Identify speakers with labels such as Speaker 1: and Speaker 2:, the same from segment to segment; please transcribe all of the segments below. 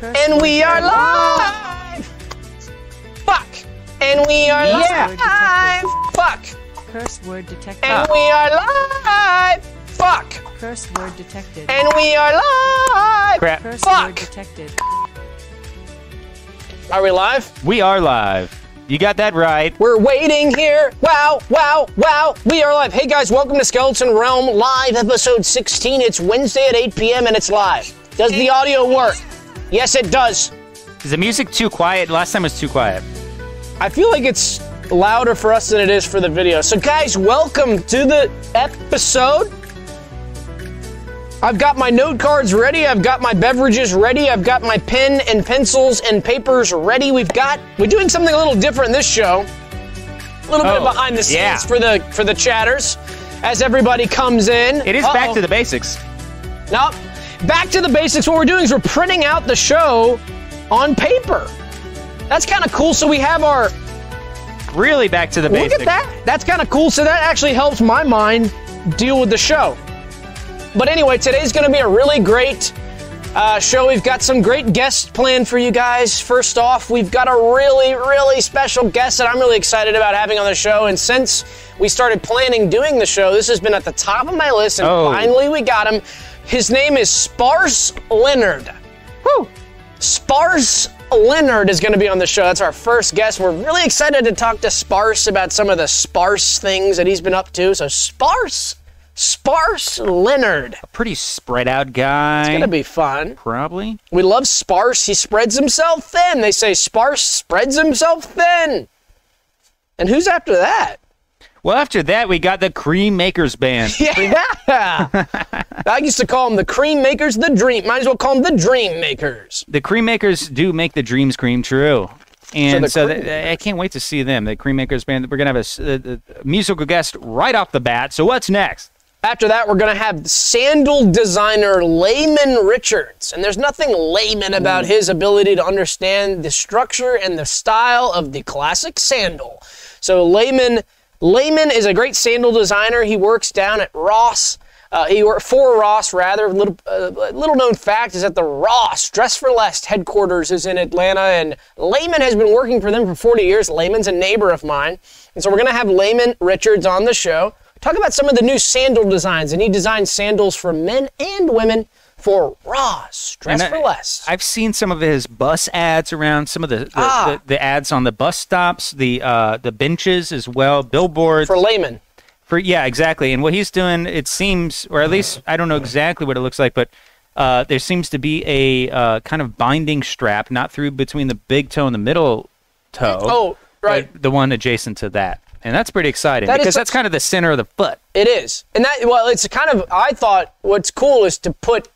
Speaker 1: And we are live! Fuck! And we are
Speaker 2: Yeah.
Speaker 1: live! Fuck!
Speaker 3: Curse word detected.
Speaker 1: And we are live! Fuck!
Speaker 3: Curse word detected.
Speaker 1: And we are live!
Speaker 2: Crap.
Speaker 3: Curse
Speaker 1: Fuck!
Speaker 3: word detected.
Speaker 1: Are we live?
Speaker 2: We are live. You got that right.
Speaker 1: We're waiting here. Wow, wow, wow. We are live. Hey guys, welcome to Skeleton Realm Live, episode 16. It's Wednesday at 8 p.m. and it's live. Does the audio work? Yes, it does.
Speaker 2: Is the music too quiet? Last time was too quiet.
Speaker 1: I feel like it's louder for us than it is for the video. So, guys, welcome to the episode. I've got my note cards ready. I've got my beverages ready. I've got my pen and pencils and papers ready. We've got we're doing something a little different in this show. A little bit
Speaker 2: Oh,
Speaker 1: behind the scenes
Speaker 2: yeah.
Speaker 1: for the for the chatters as everybody comes in.
Speaker 2: It is back to the basics.
Speaker 1: Nope. Back to the basics. What we're doing is we're printing out the show on paper. That's kind of cool. So we have our
Speaker 2: Really back to the basics.
Speaker 1: Look at that. That's kind of cool. So that actually helps my mind deal with the show. But anyway, today's going to be a really great uh, show. We've got some great guests planned for you guys. First off, we've got a really, really special guest that I'm really excited about having on the show. And since we started planning doing the show, this has been at the top of my list. And
Speaker 2: Oh.
Speaker 1: finally, we got him. His name is Sparse Leonard. Whew. Sparse Leonard is going to be on the show. That's our first guest. We're really excited to talk to Sparse about some of the sparse things that he's been up to. So, Sparse, Sparse Leonard.
Speaker 2: Pretty spread out guy.
Speaker 1: It's going to be fun.
Speaker 2: Probably.
Speaker 1: We love Sparse. He spreads himself thin. They say Sparse spreads himself thin. And who's after that?
Speaker 2: Well, after that, we got the Cream Makers Band.
Speaker 1: Yeah. I used to call them the cream makers, the dream. Might as well call them the dream makers.
Speaker 2: the Cream Makers do make the dreams cream true. And
Speaker 1: the
Speaker 2: so,
Speaker 1: Cream
Speaker 2: th- I can't wait to see them. The Cream Makers Band. We're going to have a s- a, a musical guest right off the bat. So, what's next?
Speaker 1: After that, we're going to have sandal designer Layman Richards. And there's nothing layman about his ability to understand the structure and the style of the classic sandal. So, Layman, Layman is a great sandal designer. He works down at Ross. Uh, he worked for Ross, rather. Little, uh, little known fact is that the Ross Dress for Less headquarters is in Atlanta, and Layman has been working for them for 40 years. Layman's a neighbor of mine. And so, we're going to have Layman Richards on the show. Talk about some of the new sandal designs, and he designed sandals for men and women for Ross, dress
Speaker 2: And I-
Speaker 1: for less.
Speaker 2: I've seen some of his bus ads around, some of the the,
Speaker 1: Ah.
Speaker 2: the, the ads on the bus stops, the uh, the benches as well, billboards.
Speaker 1: for laymen.
Speaker 2: For yeah, exactly. And what he's doing, it seems, or at least I don't know exactly what it looks like, but uh, there seems to be a uh, kind of binding strap, not through between the big toe and the middle toe.
Speaker 1: Oh, right.
Speaker 2: but the one adjacent to that, and that's pretty exciting
Speaker 1: That is
Speaker 2: because
Speaker 1: such-
Speaker 2: that's kind of the center of the foot.
Speaker 1: It is. And that, well, it's kind of, I thought what's cool is to put,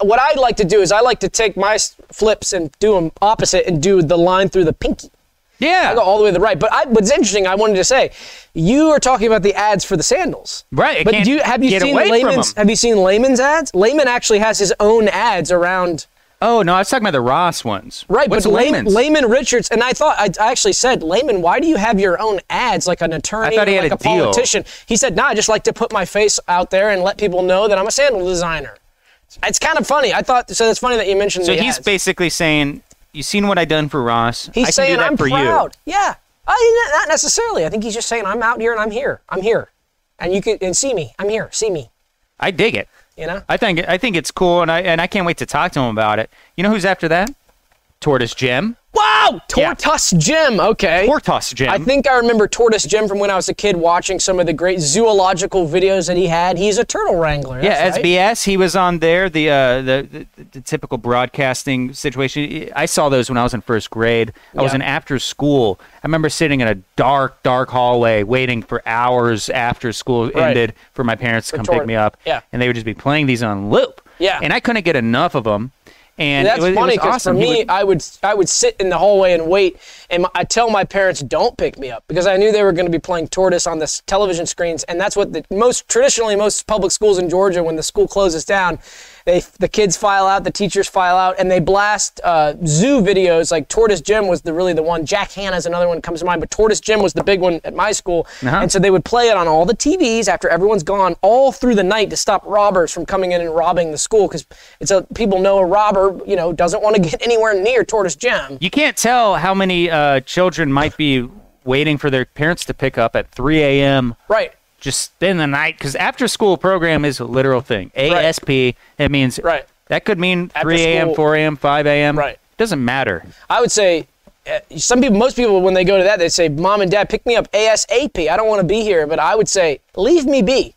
Speaker 1: what I like to do is I like to take my s- flips and do them opposite and do the line through the pinky.
Speaker 2: Yeah,
Speaker 1: I go all the way to the right. But I, what's interesting, I wanted to say, you are talking about the ads for the sandals.
Speaker 2: Right, I
Speaker 1: But
Speaker 2: can't
Speaker 1: do you, have you
Speaker 2: get
Speaker 1: seen
Speaker 2: away from
Speaker 1: Layman's,
Speaker 2: 'em.
Speaker 1: have you seen Layman's ads? Layman actually has his own ads around
Speaker 2: Oh no, I was talking about the Ross ones.
Speaker 1: Right,
Speaker 2: What's
Speaker 1: but Lay-
Speaker 2: Layman's?
Speaker 1: Layman Richards, and I thought I, I actually said, Layman, why do you have your own ads like an attorney,
Speaker 2: I thought he
Speaker 1: or
Speaker 2: had
Speaker 1: like
Speaker 2: a deal.
Speaker 1: politician? He said, Nah, I just like to put my face out there and let people know that I'm a sandal designer. It's kind of funny. I thought so. That's funny that you mentioned.
Speaker 2: so
Speaker 1: the
Speaker 2: he's
Speaker 1: ads.
Speaker 2: basically saying, "You seen what I done for Ross? I
Speaker 1: he's
Speaker 2: can
Speaker 1: saying
Speaker 2: do that
Speaker 1: I'm
Speaker 2: for you."
Speaker 1: proud. Yeah, I, not necessarily. I think he's just saying I'm out here and I'm here. I'm here, and you can and see me. I'm here. See me.
Speaker 2: I dig it.
Speaker 1: You know.
Speaker 2: I think I think it's cool, and I and I can't wait to talk to him about it. You know who's after that? Tortoise Jim.
Speaker 1: Wow,
Speaker 2: Yeah.
Speaker 1: Tortoise Jim. Okay.
Speaker 2: Tortoise Jim.
Speaker 1: I think I remember Tortoise Jim from when I was a kid watching some of the great zoological videos that he had. He's a turtle wrangler.
Speaker 2: Yeah,
Speaker 1: that's right.
Speaker 2: SBS. He was on there. The, uh, the the the typical broadcasting situation. I saw those when I was in first grade. I was
Speaker 1: Yeah.
Speaker 2: in after school. I remember sitting in a dark, dark hallway waiting for hours after school ended for my parents to come
Speaker 1: toward-
Speaker 2: pick me up.
Speaker 1: yeah.
Speaker 2: and they would just be playing these on loop.
Speaker 1: Yeah.
Speaker 2: and I couldn't get enough of them. And
Speaker 1: That's
Speaker 2: it was, it was
Speaker 1: funny because
Speaker 2: awesome.
Speaker 1: for
Speaker 2: He
Speaker 1: me,
Speaker 2: would-
Speaker 1: I would I would sit in the hallway and wait, and my, I tell my parents don't pick me up because I knew they were going to be playing Tortoise on the s- television screens, and that's what the most traditionally most public schools in Georgia when the school closes down, They the kids file out, the teachers file out, and they blast uh, zoo videos. Like Tortoise Jim was the really the one. Jack Hanna's another one that comes to mind, but Tortoise Jim was the big one at my school.
Speaker 2: Uh-huh.
Speaker 1: And so they would play it on all the TVs after everyone's gone, all through the night to stop robbers from coming in and robbing the school because it's a people know a robber you know doesn't want to get anywhere near Tortoise Jim.
Speaker 2: You can't tell how many uh, children might be waiting for their parents to pick up at 3 a.m.
Speaker 1: Right.
Speaker 2: just spend the night because after school program is a literal thing.
Speaker 1: Right.
Speaker 2: ASP it means
Speaker 1: Right.
Speaker 2: That could mean
Speaker 1: After
Speaker 2: 3 a.m.,
Speaker 1: school.
Speaker 2: 4 a.m., 5 a.m.
Speaker 1: Right.
Speaker 2: Doesn't matter.
Speaker 1: I would say uh, some people, most people, when they go to that, they say, "Mom and Dad, pick me up ASAP. I don't want to be here." But I would say, "Leave me be.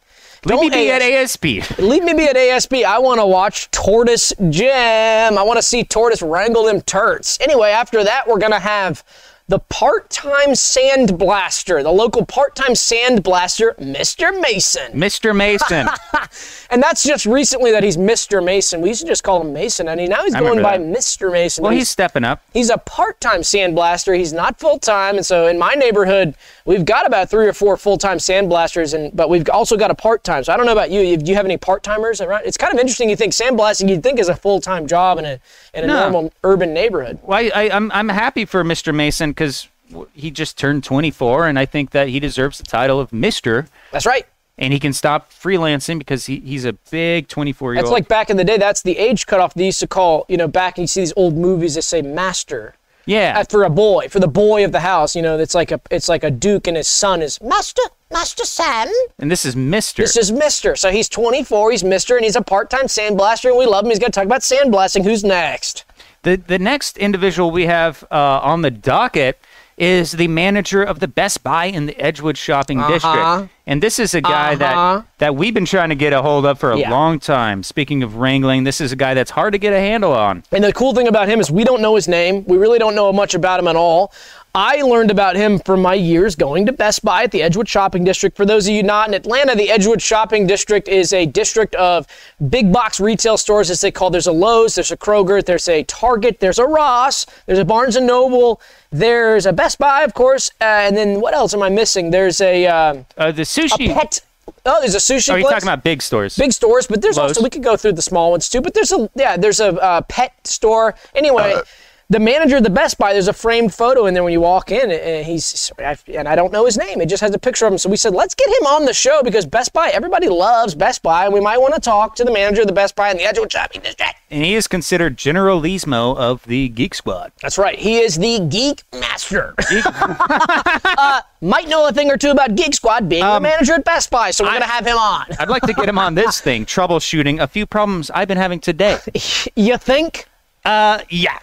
Speaker 2: Leave me
Speaker 1: Don't
Speaker 2: be at
Speaker 1: AS
Speaker 2: ASP.
Speaker 1: Leave me be at ASB. I want to watch Tortoise Jim. I want to see Tortoise wrangle them turds. Anyway, after that, we're going to have the part time sandblaster, the local part time sandblaster, Mr. Mason.
Speaker 2: Mr. Mason.
Speaker 1: And that's just recently that he's Mr. Mason. We used to just call him Mason, and he, now he's
Speaker 2: I
Speaker 1: going by
Speaker 2: remember that.
Speaker 1: Mr. Mason.
Speaker 2: well,
Speaker 1: But
Speaker 2: he's stepping up.
Speaker 1: He's a part-time sandblaster. He's not full-time, and so in my neighborhood, we've got about three or four full-time sandblasters, and but we've also got a part-time. So I don't know about you. you- Do you have any part-timers around? It's kind of interesting. You think sandblasting, you'd think is a full-time job in a in a
Speaker 2: No.
Speaker 1: normal urban neighborhood.
Speaker 2: Well, I, I, I'm I'm happy for Mr. Mason because he just turned 24, and I think that he deserves the title of Mister,
Speaker 1: That's right.
Speaker 2: and he can stop freelancing because he, he's a big 24 year old.
Speaker 1: That's like back in the day. That's the age cutoff they used to call. You know, back you see these old movies that say master.
Speaker 2: yeah,
Speaker 1: Uh, for a boy, for the boy of the house, you know, it's like a it's like a duke and his son is master, master Sam.
Speaker 2: and this is Mister.
Speaker 1: This is Mister. So he's 24. He's Mister, and he's a part-time sandblaster, and we love him. He's going to talk about sandblasting. Who's next?
Speaker 2: The the next individual we have uh, on the docket is the manager of the Best Buy in the Edgewood shopping district, and this is a guy
Speaker 1: Uh-huh.
Speaker 2: that that we've been trying to get a hold of for a
Speaker 1: Yeah.
Speaker 2: long time. Speaking of wrangling, this is a guy that's hard to get a handle on.
Speaker 1: And the cool thing about him is we don't know his name. We really don't know much about him at all. I learned about him from my years going to Best Buy at the Edgewood Shopping District. For those of you not in Atlanta, the Edgewood Shopping District is a district of big box retail stores, as they call. There's a Lowe's, there's a Kroger, there's a Target, there's a Ross, there's a Barnes and Noble, there's a Best Buy, of course, uh, and then what else am I missing? There's a um,
Speaker 2: Uh, the sushi.
Speaker 1: pet. Oh, there's a sushi.
Speaker 2: Are you
Speaker 1: place?
Speaker 2: talking about big stores?
Speaker 1: big stores? But there's
Speaker 2: Lowe's.
Speaker 1: also we could go through the small ones too. But there's a yeah, there's a uh, pet store. Anyway, the manager of the Best Buy, there's a framed photo in there when you walk in, and he's and I don't know his name. It just has a picture of him. So we said let's get him on the show because Best Buy, everybody loves Best Buy, and we might want to talk to the manager of the Best Buy in the Edgewood Shopping District.
Speaker 2: and he is considered Generalismo of the Geek Squad.
Speaker 1: That's right. He is the geek master. Uh, might know a thing or two about Geek Squad being the manager at Best Buy, so we're gonna have him on.
Speaker 2: I'd like to get him on this thing, troubleshooting a few problems I've been having today.
Speaker 1: You think?
Speaker 2: Uh, yeah.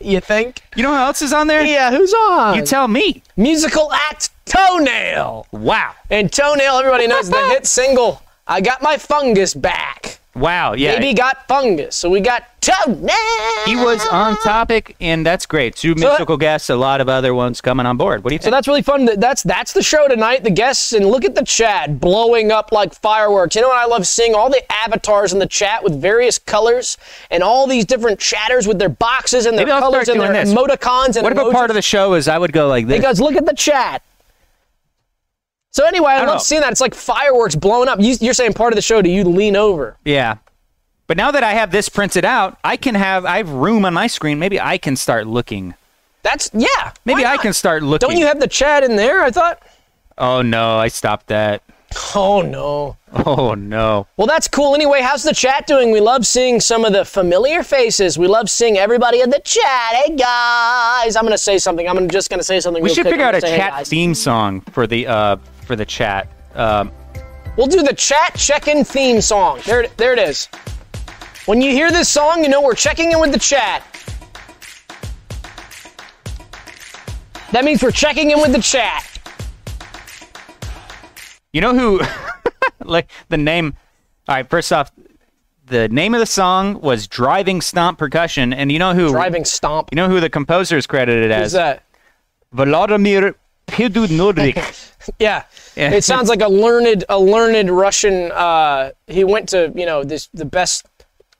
Speaker 1: You think?
Speaker 2: You know who else is on there?
Speaker 1: Yeah, who's on?
Speaker 2: You tell me.
Speaker 1: Musical act Toenail.
Speaker 2: Wow.
Speaker 1: And Toenail, everybody knows the hit single, I Got My Fungus Back.
Speaker 2: Wow. Yeah.
Speaker 1: Baby got fungus, so we got Toenail.
Speaker 2: He was on topic, and that's great. Two mystical guests, a lot of other ones coming on board. What do you
Speaker 1: So
Speaker 2: think?
Speaker 1: that's really fun. That- That's that's the show tonight. The guests and look at the chat blowing up like fireworks. You know what I love seeing? All the avatars in the chat with various colors and all these different chatters with their boxes and their
Speaker 2: Maybe I'll
Speaker 1: colors
Speaker 2: start
Speaker 1: and their
Speaker 2: doing this.
Speaker 1: emoticons and
Speaker 2: what if a part of the show is I would go like this?
Speaker 1: He goes, look at the chat. So anyway, I
Speaker 2: don't
Speaker 1: love
Speaker 2: know.
Speaker 1: seeing that. It's like fireworks blowing up. You, you're saying part of the show, do you lean over?
Speaker 2: yeah. But now that I have this printed out, I can have I have room on my screen. Maybe I can start looking.
Speaker 1: That's yeah. why
Speaker 2: Maybe I
Speaker 1: not?
Speaker 2: can start looking.
Speaker 1: Don't you have the chat in there? I thought.
Speaker 2: oh no! I stopped that.
Speaker 1: Oh no.
Speaker 2: Oh no!
Speaker 1: Well, that's cool. Anyway, how's the chat doing? We love seeing some of the familiar faces. We love seeing everybody in the chat. Hey guys, I'm gonna say something. I'm just gonna say something.
Speaker 2: We
Speaker 1: real
Speaker 2: should
Speaker 1: quick.
Speaker 2: figure
Speaker 1: I'm
Speaker 2: out a
Speaker 1: gonna say, hey,
Speaker 2: chat
Speaker 1: guys.
Speaker 2: theme song for the uh for the chat. Um,
Speaker 1: We'll do the chat check-in theme song. There, it- there it is. When you hear this song, you know we're checking in with the chat. That means we're checking in with the chat.
Speaker 2: you know who? like the name. All right. First off, the name of the song was "Driving Stomp Percussion," and you know who?
Speaker 1: Driving stomp.
Speaker 2: You know who the composer is credited
Speaker 1: Who's
Speaker 2: as?
Speaker 1: that?
Speaker 2: Volodymyr Pidunurdik.
Speaker 1: Yeah.
Speaker 2: Yeah.
Speaker 1: It sounds like a learned a learned Russian uh he went to, you know, this the best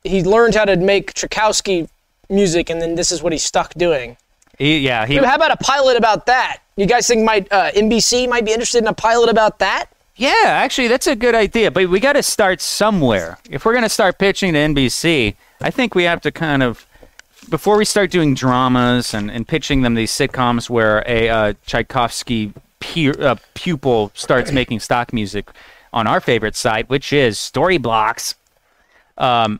Speaker 1: he learned how to make Tchaikovsky music and then this is what he's stuck doing.
Speaker 2: he, yeah, he,
Speaker 1: How about a pilot about that? You guys think might uh, NBC might be interested in a pilot about that?
Speaker 2: Yeah, actually, that's a good idea. But we got to start somewhere. If we're going to start pitching to NBC, I think we have to kind of, before we start doing dramas and, and pitching them these sitcoms where a uh, Tchaikovsky peer, uh, pupil starts making stock music on our favorite site, which is Story Blocks, um,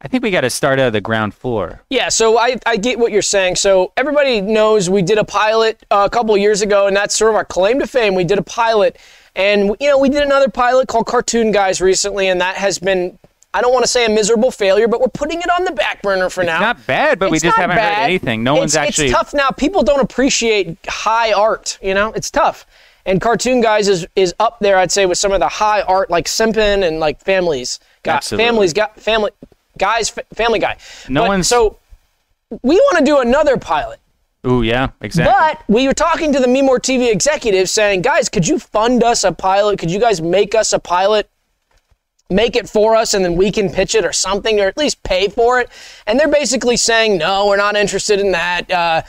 Speaker 2: I think we got to start out of the ground floor.
Speaker 1: Yeah, so I, I get what you're saying. So everybody knows we did a pilot uh, a couple of years ago, and that's sort of our claim to fame. We did a pilot, and you know we did another pilot called Cartoon Guys recently, and that has been I don't want to say a miserable failure, but we're putting it on the back burner for now.
Speaker 2: Not bad, but we
Speaker 1: It's
Speaker 2: just
Speaker 1: not
Speaker 2: haven't
Speaker 1: bad.
Speaker 2: heard anything. No
Speaker 1: It's-
Speaker 2: one's actually.
Speaker 1: It's tough now. People don't appreciate high art. You know, it's tough. And Cartoon Guys is is up there, I'd say, with some of the high art like Simpin and like Families. Got
Speaker 2: Absolutely.
Speaker 1: Families got Family Guys, fa- Family Guy.
Speaker 2: No
Speaker 1: But-
Speaker 2: one's-
Speaker 1: so. We want to do another pilot,
Speaker 2: Ooh, yeah, exactly.
Speaker 1: but we were talking to the Me More TV executives saying, guys, could you fund us a pilot? Could you guys make us a pilot? Make it for us, and then we can pitch it or something, or at least pay for it. And they're basically saying, no, we're not interested in that. Uh,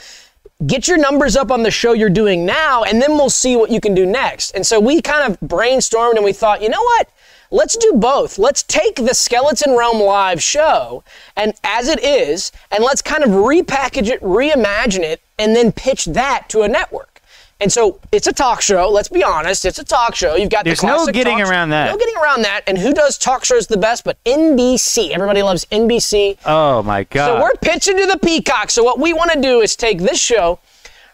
Speaker 1: get your numbers up on the show you're doing now, and then we'll see what you can do next. And so we kind of brainstormed and we thought, you know what? Let's do both. Let's take the Skeleton Realm live show and as it is, and let's kind of repackage it, reimagine it, and then pitch that to a network. And so it's a talk show. Let's be honest, it's a talk show. You've got
Speaker 2: There's
Speaker 1: the
Speaker 2: no
Speaker 1: classic
Speaker 2: getting
Speaker 1: talk-
Speaker 2: around that.
Speaker 1: No getting around that. And who does talk shows the best? But NBC. Everybody loves NBC.
Speaker 2: oh my god.
Speaker 1: So we're pitching to the Peacock. So what we want to do is take this show,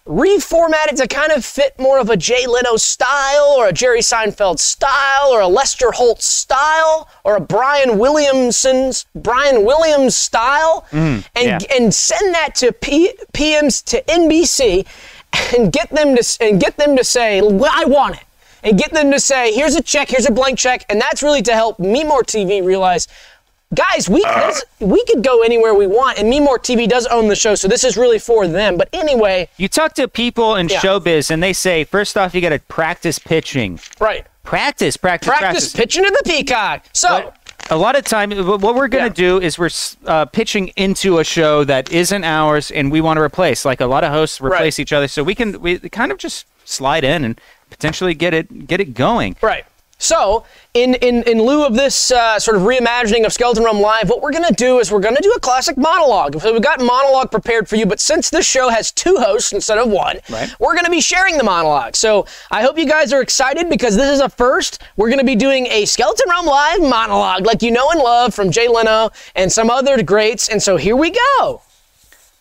Speaker 1: reformat it to kind of fit more of a Jay Leno style or a Jerry Seinfeld style or a Lester Holt style or a Brian Williamson's Brian Williams style and
Speaker 2: yeah.
Speaker 1: and send that to P, PMs to NBC and get them to s- and get them to say "Well, I want it and get them to say here's a check here's a blank check and that's really to help me more TV realize guys we this- we could go anywhere we want and me more TV does own the show so this is really for them but anyway
Speaker 2: You talk to people in
Speaker 1: Yeah.
Speaker 2: showbiz, and they say, first off, you got to practice pitching.
Speaker 1: right
Speaker 2: Practice, practice,
Speaker 1: practice
Speaker 2: practice.
Speaker 1: pitching to the peacock so
Speaker 2: a lot of time, wh- what we're going
Speaker 1: Yeah.
Speaker 2: to do is we're s- uh, pitching into a show that isn't ours, and we want to replace. Like a lot of hosts replace each other, so we can we kind of just slide in and potentially get it get it going.
Speaker 1: Right. So, in, in, in lieu of this uh, sort of reimagining of Skeleton Realm Live, what we're going to do is we're going to do a classic monologue. So, we've got monologue prepared for you, but since this show has two hosts instead of one,
Speaker 2: Right.
Speaker 1: we're going to be sharing the monologue. So, I hope you guys are excited because this is a first. We're going to be doing a Skeleton Realm Live monologue like you know and love from Jay Leno and some other greats. And so, here we go.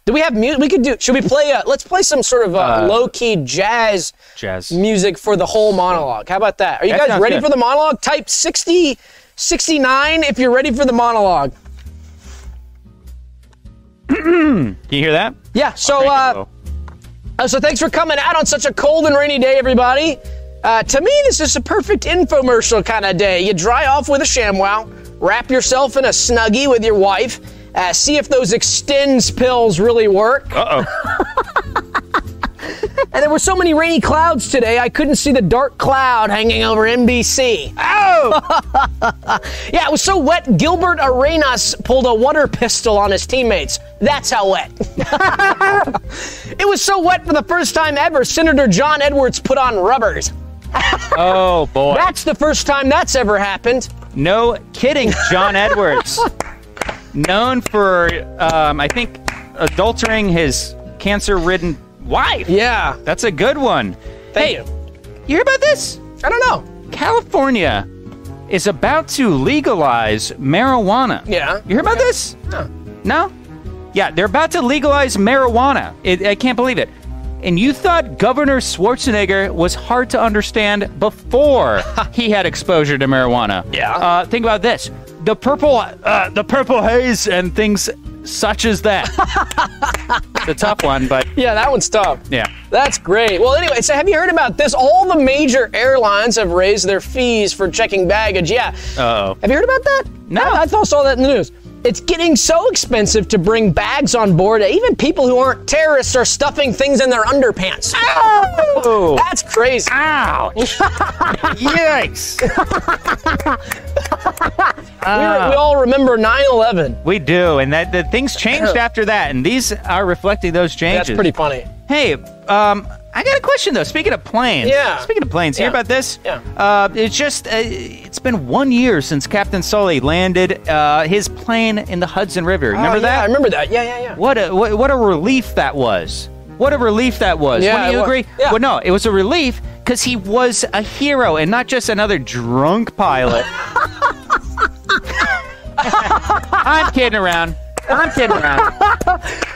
Speaker 1: Do we have music? We could do. Should we play? Uh, let's play some sort of uh, low key jazz
Speaker 2: Jazz.
Speaker 1: music for the whole monologue. How about that? Are you
Speaker 2: That
Speaker 1: guys
Speaker 2: sounds
Speaker 1: ready
Speaker 2: good.
Speaker 1: for the monologue? Type 60, 69 if you're ready for the monologue.
Speaker 2: Can you hear that?
Speaker 1: Yeah, so
Speaker 2: Crank it
Speaker 1: uh,
Speaker 2: low.
Speaker 1: uh, so thanks for coming out on such a cold and rainy day, everybody. Uh, to me, this is a perfect infomercial kind of day. You dry off with a ShamWow, wrap yourself in a Snuggie with your wife, uh, see if those extends pills really work. And there were so many rainy clouds today, I couldn't see the dark cloud hanging over NBC. Oh! yeah, it was so wet, Gilbert Arenas pulled a water pistol on his teammates. That's how wet. it was so wet for the first time ever, Senator John Edwards put on rubbers.
Speaker 2: oh boy,
Speaker 1: That's the first time that's ever happened.
Speaker 2: no kidding, John Edwards, known for um, I think adultering his cancer-ridden wife.
Speaker 1: Yeah.
Speaker 2: That's a good one.
Speaker 1: Thank
Speaker 2: hey,
Speaker 1: you.
Speaker 2: you hear about this?
Speaker 1: I don't know.
Speaker 2: California is about to legalize marijuana.
Speaker 1: Yeah.
Speaker 2: You hear about this?
Speaker 1: No.
Speaker 2: No? Yeah, they're about to legalize marijuana. It, I can't believe it. And you thought Governor Schwarzenegger was hard to understand before he had exposure to marijuana.
Speaker 1: Yeah.
Speaker 2: Uh, think about this: the purple, uh, the purple haze, and things such as that. it's a tough one, but
Speaker 1: Yeah, that one's tough.
Speaker 2: yeah.
Speaker 1: That's great. Well, anyway, so have you heard about this? All the major airlines have raised their fees for checking baggage. Yeah.
Speaker 2: Uh oh.
Speaker 1: Have you heard about that?
Speaker 2: No.
Speaker 1: I, I thought- saw that in the news. It's getting so expensive to bring bags on board. that Even people who aren't terrorists are stuffing things in their underpants.
Speaker 2: Oh.
Speaker 1: That's crazy.
Speaker 2: Ouch! Yikes!
Speaker 1: We
Speaker 2: Uh, Ah.
Speaker 1: re- we all remember 9 11.
Speaker 2: We do, and that the things changed after that, and these are reflecting those changes.
Speaker 1: That's pretty funny.
Speaker 2: Hey, um, I got a question though. Speaking of planes,
Speaker 1: Yeah.
Speaker 2: Speaking of planes,
Speaker 1: Yeah.
Speaker 2: hear about this?
Speaker 1: Yeah.
Speaker 2: Uh, it's just uh, it's been one year since Captain Sully landed uh, his plane in the Hudson River. Remember
Speaker 1: Oh, yeah, I
Speaker 2: that?
Speaker 1: remember that. Yeah, yeah, yeah.
Speaker 2: What a what, what a relief that was. What a relief that was.
Speaker 1: Yeah,
Speaker 2: Wouldn't
Speaker 1: it
Speaker 2: you
Speaker 1: wa-
Speaker 2: agree?
Speaker 1: yeah.
Speaker 2: Well, no, it was a relief because he was a hero and not just another drunk pilot. I'm kidding around. I'm kidding around.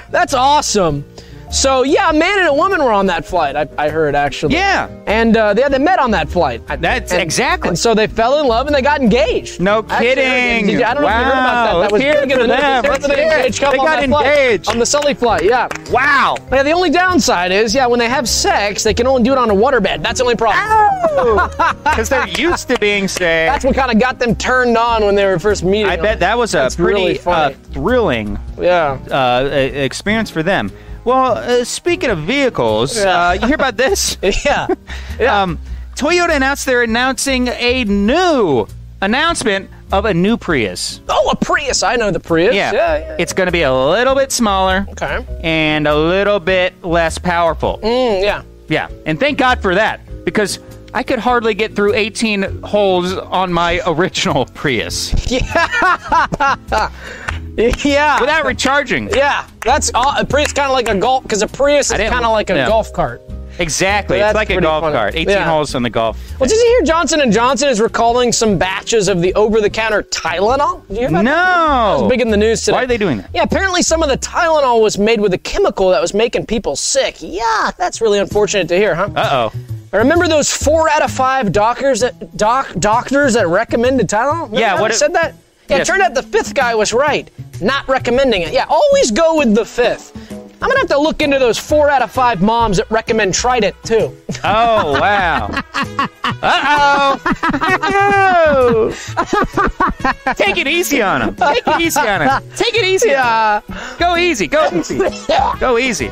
Speaker 1: That's awesome. So yeah, a man and a woman were on that flight. I, I heard actually.
Speaker 2: Yeah.
Speaker 1: And uh, yeah, they met on that flight. I-
Speaker 2: That's
Speaker 1: and-
Speaker 2: exactly.
Speaker 1: And so they fell in love and they got engaged.
Speaker 2: No
Speaker 1: I actually heard-
Speaker 2: kidding.
Speaker 1: did you- I don't know if you heard about that.
Speaker 2: Wow.
Speaker 1: That was
Speaker 2: Let's hear
Speaker 1: big in
Speaker 2: it
Speaker 1: the
Speaker 2: for them.
Speaker 1: news.
Speaker 2: Let's
Speaker 1: They
Speaker 2: hear it.
Speaker 1: engaged couple
Speaker 2: They got
Speaker 1: on that flight.
Speaker 2: engaged.
Speaker 1: on the Sully flight. Yeah.
Speaker 2: Wow.
Speaker 1: Yeah, the only downside is, yeah, when they have sex, they can only do it on a waterbed. That's the only problem.
Speaker 2: Oh! Because they're used to being safe.
Speaker 1: That's what kind of got them turned on when they were first meeting.
Speaker 2: I bet that was a
Speaker 1: That's
Speaker 2: pretty
Speaker 1: really
Speaker 2: uh,
Speaker 1: funny.
Speaker 2: thrilling
Speaker 1: Yeah.
Speaker 2: uh, e- experience for them. Well, uh, speaking of vehicles,
Speaker 1: Yeah.
Speaker 2: uh, you hear about this?
Speaker 1: Yeah.
Speaker 2: Um, Toyota announced they're announcing a new announcement of a new Prius.
Speaker 1: oh, a Prius. I know the Prius.
Speaker 2: Yeah,
Speaker 1: Yeah. yeah.
Speaker 2: it's going to be a little bit smaller
Speaker 1: okay.
Speaker 2: and a little bit less powerful.
Speaker 1: Mm, yeah.
Speaker 2: Yeah, and thank God for that because I could hardly get through 18 holes on my original Prius
Speaker 1: Yeah.
Speaker 2: without recharging.
Speaker 1: yeah. That's all. A Prius kind of like a golf because a Prius is
Speaker 2: didn't-
Speaker 1: kind of like a
Speaker 2: yeah.
Speaker 1: golf cart.
Speaker 2: Exactly,
Speaker 1: That's
Speaker 2: it's like a
Speaker 1: pretty
Speaker 2: golf
Speaker 1: funny.
Speaker 2: cart. 18
Speaker 1: Yeah.
Speaker 2: holes on the golf.
Speaker 1: Well, did you hear Johnson and Johnson is recalling some batches of the over-the-counter Tylenol? Did you hear about that?
Speaker 2: No,
Speaker 1: Big in the news today.
Speaker 2: Why are they doing that?
Speaker 1: Yeah, apparently some of the Tylenol was made with a chemical that was making people sick. Yeah, that's really unfortunate to hear, huh?
Speaker 2: Uh oh.
Speaker 1: I remember those four out of five doctors that doc doctors that recommended Tylenol. Remember
Speaker 2: Yeah,
Speaker 1: how
Speaker 2: what
Speaker 1: I
Speaker 2: it-
Speaker 1: said that? Yeah,
Speaker 2: Yes.
Speaker 1: it turned out the fifth guy was right, not recommending it. Yeah, always go with the fifth. I'm gonna have to look into those four out of five moms that recommend Trident too.
Speaker 2: Oh wow. Uh oh. Take it easy on him. Take it easy on him. Take it easy. on 'em. Go easy. Go easy. Go easy.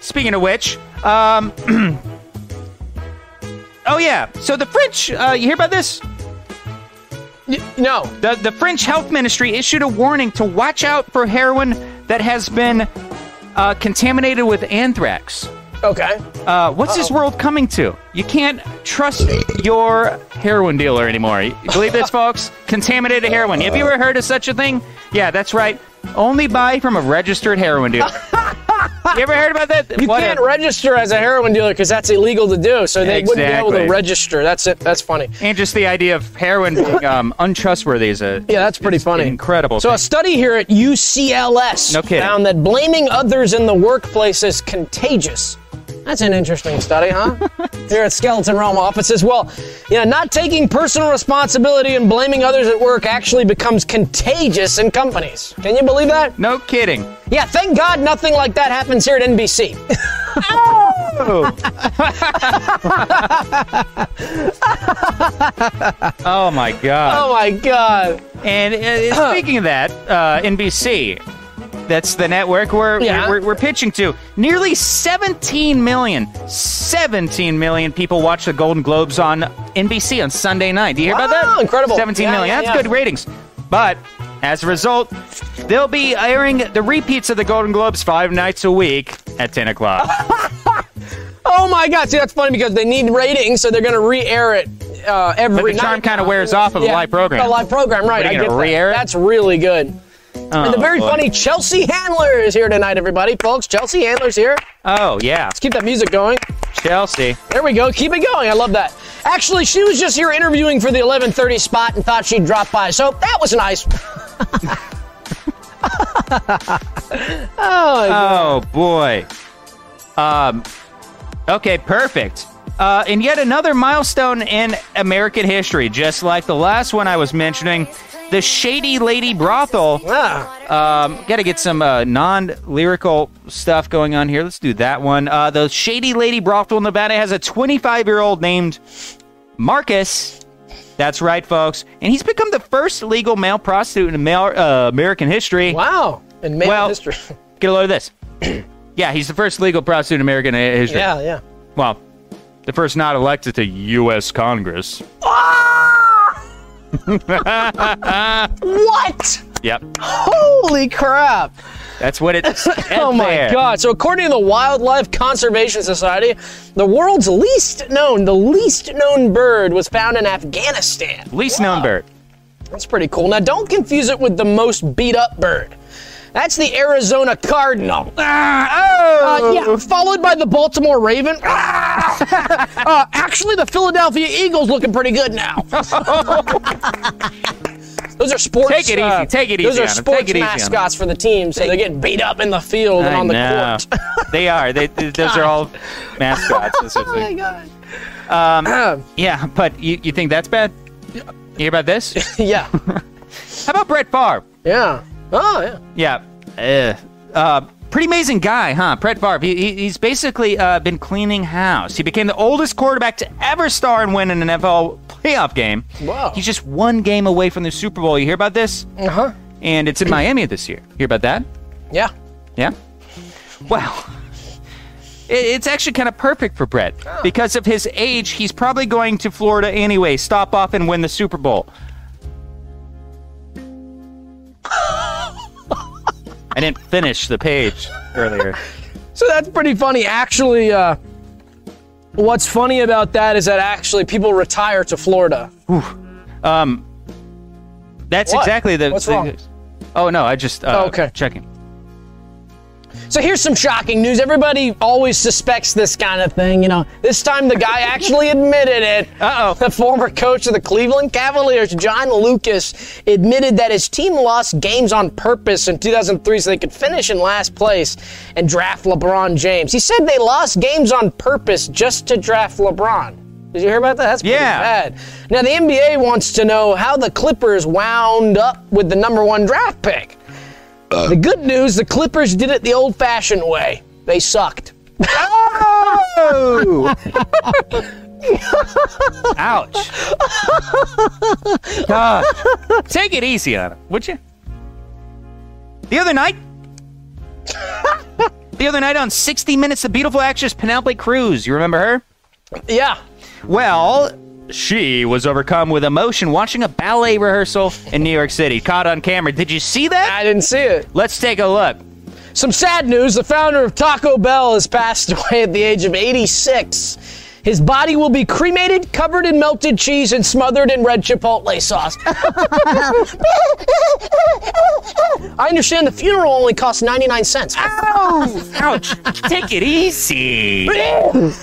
Speaker 2: Speaking of which, um, oh yeah. So the French, uh, you hear about this?
Speaker 1: Y- no,
Speaker 2: The the French Health Ministry issued a warning to watch out for heroin that has been uh, contaminated with anthrax.
Speaker 1: okay.
Speaker 2: Uh, what's this world coming to? You can't trust your heroin dealer anymore. You believe this, folks? Contaminated heroin. Have you ever heard of such a thing? Yeah, that's right. Only buy from a registered heroin dealer. you ever heard about that?
Speaker 1: You
Speaker 2: What a-
Speaker 1: can't register as a heroin dealer because that's illegal to do. So they wouldn't be able to
Speaker 2: Exactly.
Speaker 1: register. That's it. That's funny.
Speaker 2: and just the idea of heroin being um, untrustworthy is a
Speaker 1: Yeah, that's pretty
Speaker 2: is
Speaker 1: funny.
Speaker 2: incredible.
Speaker 1: So a
Speaker 2: thing.
Speaker 1: study here at UCLS
Speaker 2: No kidding.
Speaker 1: found that blaming others in the workplace is contagious. That's an interesting study, huh? here at Skeleton Realm offices. Well, you know, not taking personal responsibility and blaming others at work actually becomes contagious in companies. Can you believe that?
Speaker 2: no kidding.
Speaker 1: Yeah, thank God nothing like that happens here at NBC.
Speaker 2: oh my god.
Speaker 1: oh my God.
Speaker 2: And uh, speaking of that, uh, NBC, that's the network we're,
Speaker 1: Yeah.
Speaker 2: we're we're pitching to. Nearly 17 million, 17 million people watch the Golden Globes on NBC on Sunday night. Do you hear about
Speaker 1: Wow,
Speaker 2: that?
Speaker 1: incredible.
Speaker 2: 17
Speaker 1: Yeah,
Speaker 2: million.
Speaker 1: yeah,
Speaker 2: that's
Speaker 1: yeah.
Speaker 2: good ratings. But as a result, they'll be airing the repeats of the Golden Globes five nights a week at 10 o'clock.
Speaker 1: Oh my God. See, that's funny because they need ratings, so they're going to re-air it uh, every
Speaker 2: But the
Speaker 1: night.
Speaker 2: charm kind of wears off of
Speaker 1: Yeah,
Speaker 2: a live program.
Speaker 1: A live program, right.
Speaker 2: What, are
Speaker 1: I
Speaker 2: you
Speaker 1: get
Speaker 2: gonna
Speaker 1: that.
Speaker 2: re-air it?
Speaker 1: That's really good. and the
Speaker 2: Oh,
Speaker 1: very
Speaker 2: boy.
Speaker 1: funny Chelsea Handler is here tonight, everybody. Folks, Chelsea Handler's here.
Speaker 2: Oh, yeah.
Speaker 1: Let's keep that music going.
Speaker 2: Chelsea.
Speaker 1: There we go. Keep it going. I love that. Actually, she was just here interviewing for the 11:30 spot and thought she'd drop by. So that was nice.
Speaker 2: Oh boy. Um. Okay, perfect. Uh, and yet another milestone in American history, just like the last one I was mentioning, the Shady Lady Brothel.
Speaker 1: Ah,
Speaker 2: Um, Got to get some uh, non-lyrical stuff going on here. Let's do that one. Uh, the Shady Lady Brothel in Nevada has a 25-year-old named Marcus. That's right, folks, and he's become the first legal male prostitute in Amer- uh, American history.
Speaker 1: wow. In male
Speaker 2: Well-
Speaker 1: history.
Speaker 2: Get a load of this. yeah, he's the first legal prostitute in American history.
Speaker 1: Yeah, yeah.
Speaker 2: Well, the first not elected to U.S. Congress.
Speaker 1: What?
Speaker 2: Yep.
Speaker 1: Holy crap.
Speaker 2: That's what it said
Speaker 1: Oh my
Speaker 2: there.
Speaker 1: God. So, according to the Wildlife Conservation Society, the world's least known, the least known bird was found in Afghanistan.
Speaker 2: Least
Speaker 1: Wow.
Speaker 2: known bird.
Speaker 1: That's pretty cool. Now, don't confuse it with the most beat up bird. That's the Arizona Cardinal.
Speaker 2: Ah,
Speaker 1: Uh, yeah, followed by the Baltimore Raven. Ah! Uh, actually, the Philadelphia Eagles looking pretty good now. those are sports.
Speaker 2: Take it easy,
Speaker 1: uh,
Speaker 2: take it
Speaker 1: Those
Speaker 2: easy
Speaker 1: are
Speaker 2: on 'em,
Speaker 1: sports
Speaker 2: take it easy on 'em.
Speaker 1: mascots for the team, so they're getting beat up in the field and
Speaker 2: I
Speaker 1: on the
Speaker 2: know.
Speaker 1: court.
Speaker 2: they are. They, th- those are all mascots. This
Speaker 1: Oh
Speaker 2: is like-
Speaker 1: God.
Speaker 2: yeah, but you, you think that's bad? You hear about this?
Speaker 1: yeah.
Speaker 2: How about Brett Favre?
Speaker 1: Yeah. Oh yeah.
Speaker 2: Yeah. Ugh. Uh, pretty amazing guy, huh? Brett Favre. He, he, he's basically uh, been cleaning house. He became the oldest quarterback to ever star and win an NFL playoff game.
Speaker 1: Wow.
Speaker 2: He's just one game away from the Super Bowl. You hear about this?
Speaker 1: Uh huh.
Speaker 2: And it's in Miami this year. Hear about that?
Speaker 1: Yeah.
Speaker 2: Yeah. Well, it, it's actually kind of perfect for Brett
Speaker 1: Oh.
Speaker 2: because of his age. He's probably going to Florida anyway. Stop off and win the Super Bowl. I didn't finish the page earlier.
Speaker 1: So that's pretty funny. Actually, uh, what's funny about that is that actually people retire to Florida.
Speaker 2: That's
Speaker 1: What?
Speaker 2: exactly the.
Speaker 1: What's
Speaker 2: the-
Speaker 1: wrong?
Speaker 2: Oh no! I just uh,
Speaker 1: Oh, okay.
Speaker 2: checking.
Speaker 1: So here's some shocking news. Everybody always suspects this kind of thing, you know. This time the guy actually admitted it.
Speaker 2: Uh-oh.
Speaker 1: The former coach of the Cleveland Cavaliers, John Lucas, admitted that his team lost games on purpose in 2003 so they could finish in last place and draft LeBron James. He said they lost games on purpose just to draft LeBron. Did you hear about that? That's pretty
Speaker 2: Yeah.
Speaker 1: bad. Now the NBA wants to know how the Clippers wound up with the number 1 draft pick. The good news, the Clippers did it the old fashioned way. They sucked.
Speaker 2: Oh! Ouch! God. Take it easy on him, would you? The other night, the other night on 60 Minutes, the beautiful actress Penelope Cruz. You remember her?
Speaker 1: Yeah.
Speaker 2: Well, she was overcome with emotion watching a ballet rehearsal in New York City, caught on camera. Did you see that?
Speaker 1: I didn't see it.
Speaker 2: Let's take a look.
Speaker 1: Some sad news the founder of Taco Bell has passed away at the age of 86. His body will be cremated, covered in melted cheese, and smothered in red chipotle sauce. I understand the funeral only cost 99 cents.
Speaker 2: Oh, ouch. Take it easy.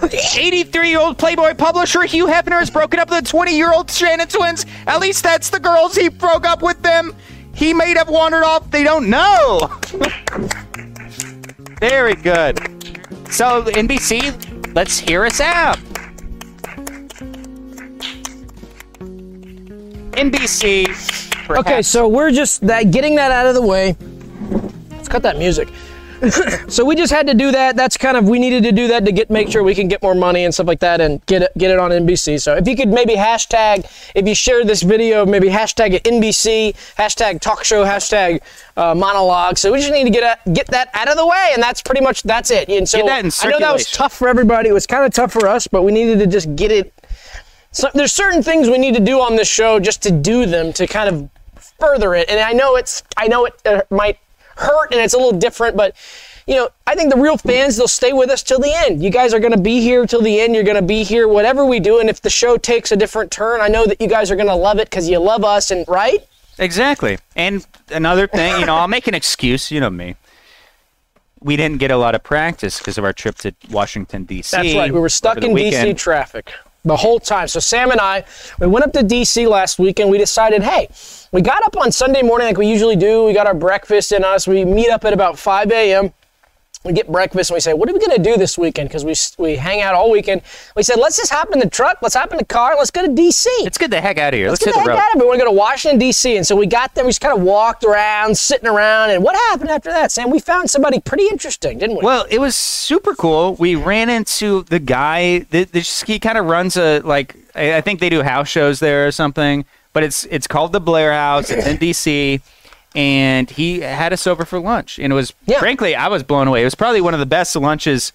Speaker 2: 83 year old Playboy publisher Hugh Hefner has broken up with the 20 year old Shannon twins. At least that's the girls he broke up with them. He may have wandered off. They don't know. Very good. So, NBC, let's hear us out. NBC.
Speaker 1: Okay,
Speaker 2: perhaps-
Speaker 1: so we're just that getting that out of the way. Let's cut that music. so we just had to do that. That's kind of we needed to do that to get make sure we can get more money and stuff like that and get it get it on NBC. So if you could maybe hashtag if you share this video, maybe hashtag it NBC, hashtag talk show, hashtag uh, monologue. So we just need to get a, get that out of the way, and that's pretty much that's it. And so
Speaker 2: Get that in
Speaker 1: I know that was
Speaker 2: circulation.
Speaker 1: tough for everybody. It was kind of tough for us, but we needed to just get it so there's certain things we need to do on this show just to do them to kind of further it. And I know it's I know it uh, might hurt and it's a little different, but you know I think the real fans they'll stay with us till the end. You guys are going to be here till the end. You're going to be here whatever we do. And if the show takes a different turn, I know that you guys are going to love it because you love us and right.
Speaker 2: Exactly. And another thing, you know, I'll make an excuse. You know me. We didn't get a lot of practice because of our trip to Washington D.C.
Speaker 1: That's right. We were stuck
Speaker 2: over the
Speaker 1: in DC
Speaker 2: weekend.
Speaker 1: traffic the whole time. So Sam and I, we went up to DC last week and we decided, hey, we got up on Sunday morning like we usually do. We got our breakfast in us. We meet up at about 5 a.m. We get breakfast and we say, what are we going to do this weekend? Because we, we hang out all weekend. We said, let's just hop in the truck. Let's hop in the car. Let's go to DC.
Speaker 2: Let's get the heck out of here. Let's,
Speaker 1: Let's get the
Speaker 2: hit the
Speaker 1: heck
Speaker 2: road.
Speaker 1: out of it. We're going to Washington, D.C. And so we got there. We just kind of walked around, sitting around. And what happened after that, Sam? We found somebody pretty interesting, didn't we?
Speaker 2: Well, it was super cool. We ran into the guy. That, that just- he kind of runs a like. I I think they do house shows there or something. But it's it's called the Blair House. It's in D.C. And he had us over for lunch, and it was
Speaker 1: Yeah.
Speaker 2: frankly I was blown away. It was probably one of the best lunches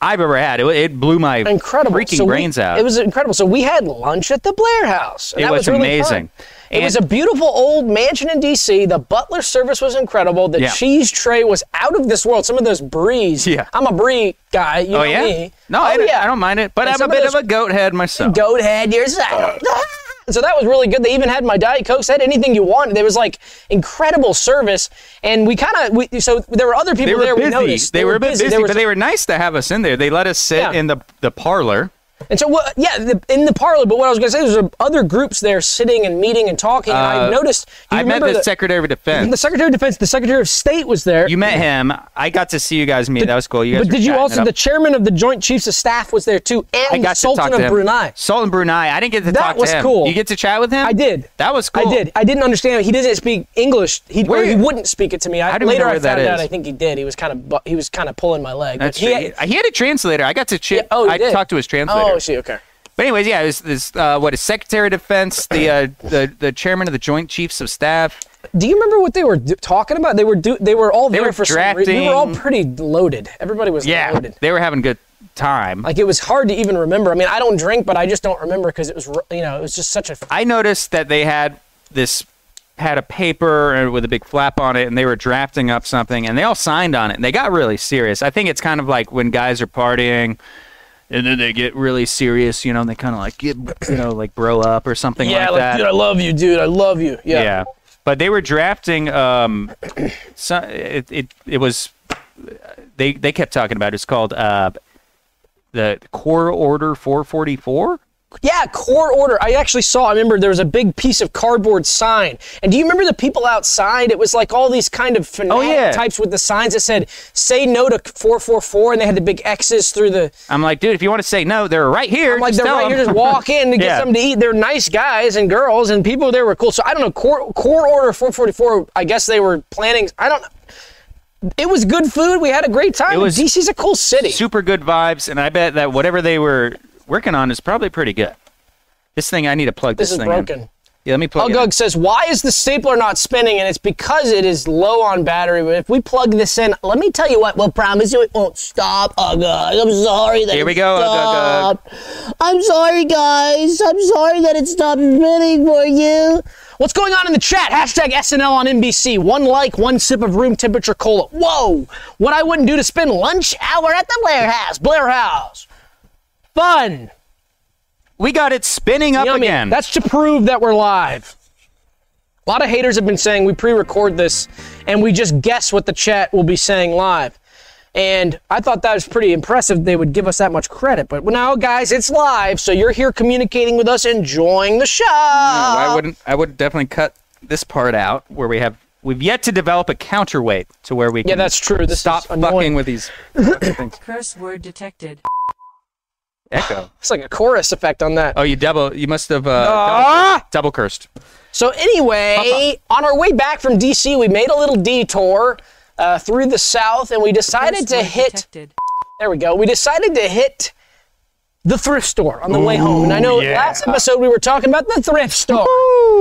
Speaker 2: I've ever had. It, it blew my
Speaker 1: incredible.
Speaker 2: freaking
Speaker 1: So we-
Speaker 2: brains out.
Speaker 1: It was incredible. So we had lunch at the Blair House. and
Speaker 2: It
Speaker 1: that
Speaker 2: was
Speaker 1: really fun.
Speaker 2: amazing.
Speaker 1: It was a beautiful old mansion in D.C. The butler service was incredible. The
Speaker 2: Yeah.
Speaker 1: cheese tray was out of this world. Some of those bries.
Speaker 2: Yeah.
Speaker 1: I'm a brie guy. You know
Speaker 2: oh yeah.
Speaker 1: me.
Speaker 2: No,
Speaker 1: oh,
Speaker 2: I, don't-
Speaker 1: yeah.
Speaker 2: I don't mind it, but
Speaker 1: And
Speaker 2: I'm a
Speaker 1: some of
Speaker 2: bit
Speaker 1: those-
Speaker 2: of a goat head myself.
Speaker 1: goat head. You're so- so that was really good. They even had my diet coke. They had anything you wanted. There was like incredible service, and we kind of we so there were other people
Speaker 2: they were
Speaker 1: there. We
Speaker 2: busy.
Speaker 1: noticed
Speaker 2: They, were a bit busy,
Speaker 1: There was-
Speaker 2: but they were nice to have us in there. They let us sit
Speaker 1: Yeah.
Speaker 2: in the the parlor.
Speaker 1: and so what, yeah, the, in the parlor. But what I was gonna say is there were other groups there sitting and meeting and talking. and I
Speaker 2: Uh,
Speaker 1: noticed. do you
Speaker 2: I met
Speaker 1: remember
Speaker 2: the,
Speaker 1: the,
Speaker 2: Secretary of Defense.
Speaker 1: the Secretary of Defense, the Secretary of State was there.
Speaker 2: you met him. I got to see you guys meet. that was cool. You guys
Speaker 1: but
Speaker 2: were
Speaker 1: did you
Speaker 2: chatting it
Speaker 1: also
Speaker 2: up.
Speaker 1: the chairman of the Joint Chiefs of Staff was there too, and
Speaker 2: I got
Speaker 1: Sultan
Speaker 2: to talk
Speaker 1: of
Speaker 2: to him.
Speaker 1: Brunei.
Speaker 2: Sultan Brunei. I didn't get to
Speaker 1: That
Speaker 2: talk to
Speaker 1: was
Speaker 2: him.
Speaker 1: cool.
Speaker 2: You get to chat with him?
Speaker 1: I did.
Speaker 2: That was cool.
Speaker 1: I did. I didn't understand. He didn't speak English. He, or
Speaker 2: Where-
Speaker 1: he wouldn't speak it to me. I,
Speaker 2: I don't even
Speaker 1: later
Speaker 2: know
Speaker 1: I
Speaker 2: where that
Speaker 1: found out.
Speaker 2: is.
Speaker 1: I think he did. He was kind of bu- he was kind of pulling my leg. but
Speaker 2: That's
Speaker 1: he
Speaker 2: true.
Speaker 1: had-
Speaker 2: He, he had a translator. I got to chat.
Speaker 1: oh, he
Speaker 2: I
Speaker 1: did.
Speaker 2: talked to his translator.
Speaker 1: oh, see, okay.
Speaker 2: But anyways, yeah, it was this uh, what is Secretary of Defense, the uh, the the chairman of the Joint Chiefs of Staff.
Speaker 1: Do you remember what they were do- talking about? They were do- they were all there
Speaker 2: were
Speaker 1: for some reason. We were all
Speaker 2: drafting.
Speaker 1: pretty loaded. Everybody was
Speaker 2: Yeah,
Speaker 1: loaded.
Speaker 2: they were having a good time.
Speaker 1: Like it was hard to even remember. I mean, I don't drink, but I just don't remember because it was r- you know it was just such a
Speaker 2: I noticed that they had this had a paper with a big flap on it, and they were drafting up something, and they all signed on it, and they got really serious. I think it's kind of like when guys are partying, and then they get really serious, you know, and they kind of like get, you know, like bro up or something
Speaker 1: yeah.
Speaker 2: like,
Speaker 1: Like,
Speaker 2: that.
Speaker 1: dude, I love you, dude. I love you.
Speaker 2: yeah.
Speaker 1: Yeah.
Speaker 2: but they were drafting. Um, so it it, it was they they kept talking about. It. It's called uh, the Core Order 444.
Speaker 1: Yeah, court order. I actually saw. I remember there was a big piece of cardboard sign. And do you remember the people outside? It was like all these kind of fanatic
Speaker 2: Oh, yeah.
Speaker 1: types with the signs that said "Say no to 444," and they had the big X's through the.
Speaker 2: I'm like, dude, if you want to say no, they're right here.
Speaker 1: I'm like
Speaker 2: Just
Speaker 1: they're
Speaker 2: tell
Speaker 1: right here,
Speaker 2: them.
Speaker 1: just walk in and get
Speaker 2: Yeah.
Speaker 1: something to eat. They're nice guys and girls, and people there were cool. So I don't know. Core, core order 444. I guess they were planning. I don't. It was good food. We had a great time.
Speaker 2: It was
Speaker 1: DC's a cool city.
Speaker 2: super good vibes, and I bet that whatever they were working on is probably pretty good. This thing, I need to plug
Speaker 1: This is
Speaker 2: this, thing.
Speaker 1: broken. Oh,
Speaker 2: In. Yeah, let me plug it. in.
Speaker 1: Ugug says, why is the stapler not spinning? And it's because it is low on battery. But if we plug this in, let me tell you what, we'll promise you it won't stop. Ugug, I'm sorry that
Speaker 2: Here we
Speaker 1: it
Speaker 2: go, uh, Ugug,
Speaker 1: stopped. I'm sorry, guys. I'm sorry that it stopped spinning for you. What's going on in the chat? Hashtag SNL on NBC. One like, one sip of room temperature cola. Whoa! What I wouldn't do to spend lunch hour at the Blair House. Blair House. Fun.
Speaker 2: We got it spinning up
Speaker 1: Yummy.
Speaker 2: again.
Speaker 1: That's to prove that we're live. A lot of haters have been saying we pre-record this and we just guess what the chat will be saying live. And I thought that was pretty impressive they would give us that much credit. But now, guys, it's live, so you're here communicating with us, enjoying the show.
Speaker 2: I wouldn't. I would definitely cut this part out where we have. We've yet to develop a counterweight to where we can.
Speaker 1: Yeah, that's true. This
Speaker 2: stop
Speaker 1: is annoying.
Speaker 2: fucking with these things.
Speaker 3: Curse word detected.
Speaker 2: Echo.
Speaker 1: It's like a chorus effect on that.
Speaker 2: Oh, you double. You must have uh,
Speaker 1: Ah!
Speaker 2: double, double cursed.
Speaker 1: So anyway, on our way back from DC, we made a little detour uh, through the South, and we decided
Speaker 3: Curse
Speaker 1: to
Speaker 3: word
Speaker 1: hit.
Speaker 3: detected.
Speaker 1: There we go. We decided to hit the thrift store on the way home. And I know
Speaker 2: yeah.
Speaker 1: last episode we were talking about the thrift store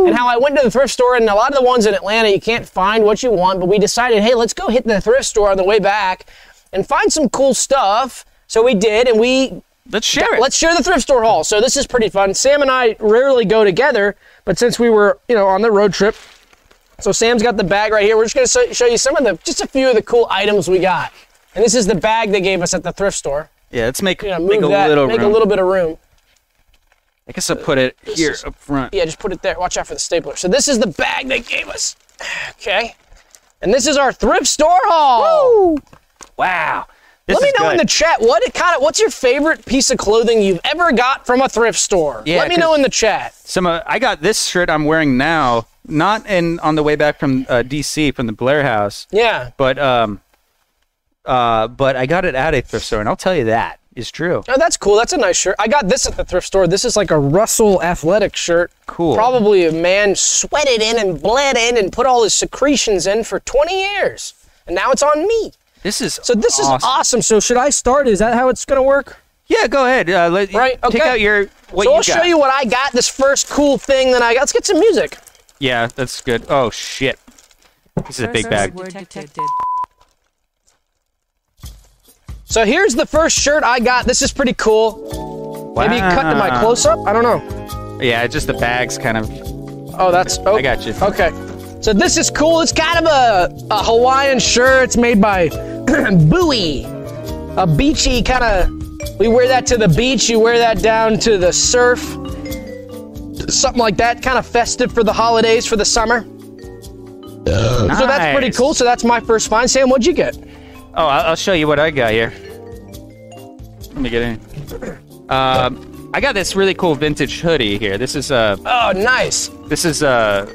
Speaker 1: and how I went to the thrift store, and a lot of the ones in Atlanta you can't find what you want, but we decided, hey, let's go hit the thrift store on the way back and find some cool stuff. So we did, and we
Speaker 2: Let's share it.
Speaker 1: let's share the thrift store haul. So this is pretty fun. Sam and I rarely go together, but since we were, you know, on the road trip, so Sam's got the bag right here. We're just gonna so- show you some of the, just a few of the cool items we got. And this is the bag they gave us at the thrift store.
Speaker 2: Yeah, let's make
Speaker 1: Yeah, move
Speaker 2: make a
Speaker 1: that.
Speaker 2: little
Speaker 1: make
Speaker 2: room.
Speaker 1: a little bit of room.
Speaker 2: I guess I'll put it here up front.
Speaker 1: Yeah, just put it there. Watch out for the stapler. So this is the bag they gave us. Okay. And this is our thrift store haul.
Speaker 2: Wow. This
Speaker 1: Let me
Speaker 2: is
Speaker 1: know in
Speaker 2: good.
Speaker 1: the chat what it kind of what's your favorite piece of clothing you've ever got from a thrift store.
Speaker 2: Yeah,
Speaker 1: Let me know
Speaker 2: 'cause-
Speaker 1: in the chat.
Speaker 2: some uh, I got this shirt I'm wearing now, not in on the way back from uh, DC from the Blair House,
Speaker 1: Yeah.
Speaker 2: but um, uh, but I got it at a thrift store, and I'll tell you that is true.
Speaker 1: Oh, that's cool. That's a nice shirt. I got this at the thrift store. This is like a Russell athletic shirt.
Speaker 2: Cool.
Speaker 1: Probably a man sweated in and bled in and put all his secretions in for 20 years. And now it's on me.
Speaker 2: This is
Speaker 1: So this is
Speaker 2: awesome.
Speaker 1: awesome. So should I start? Is that how it's going to work?
Speaker 2: Yeah, go ahead. Uh, let,
Speaker 1: Right,
Speaker 2: Take
Speaker 1: okay.
Speaker 2: out your what
Speaker 1: so
Speaker 2: you
Speaker 1: I'll show
Speaker 2: got.
Speaker 1: you what I got. This first cool thing that I got. Let's get some music.
Speaker 2: Yeah, that's good. Oh shit, this is a big
Speaker 3: Curse
Speaker 2: bag.
Speaker 3: word detected.
Speaker 1: So here's the first shirt I got. This is pretty cool. Maybe cut to my
Speaker 2: Wow.
Speaker 1: close up. I don't know.
Speaker 2: Yeah, just the bags kind of
Speaker 1: Oh, that's. Oh,
Speaker 2: I got you.
Speaker 1: Okay. So this is cool. It's kind of a, a Hawaiian shirt. It's made by Bowie, a beachy kind of. We wear that to the beach. You wear that down to the surf. Something like that. Kind of festive for the holidays, for the summer. So that's pretty
Speaker 2: Nice.
Speaker 1: cool. So that's my first find. Sam, what'd you get?
Speaker 2: Oh, I'll, I'll show you what I got here. Let me get in. Um, I got this really cool vintage hoodie here. This is uh,
Speaker 1: Oh, nice.
Speaker 2: this is uh,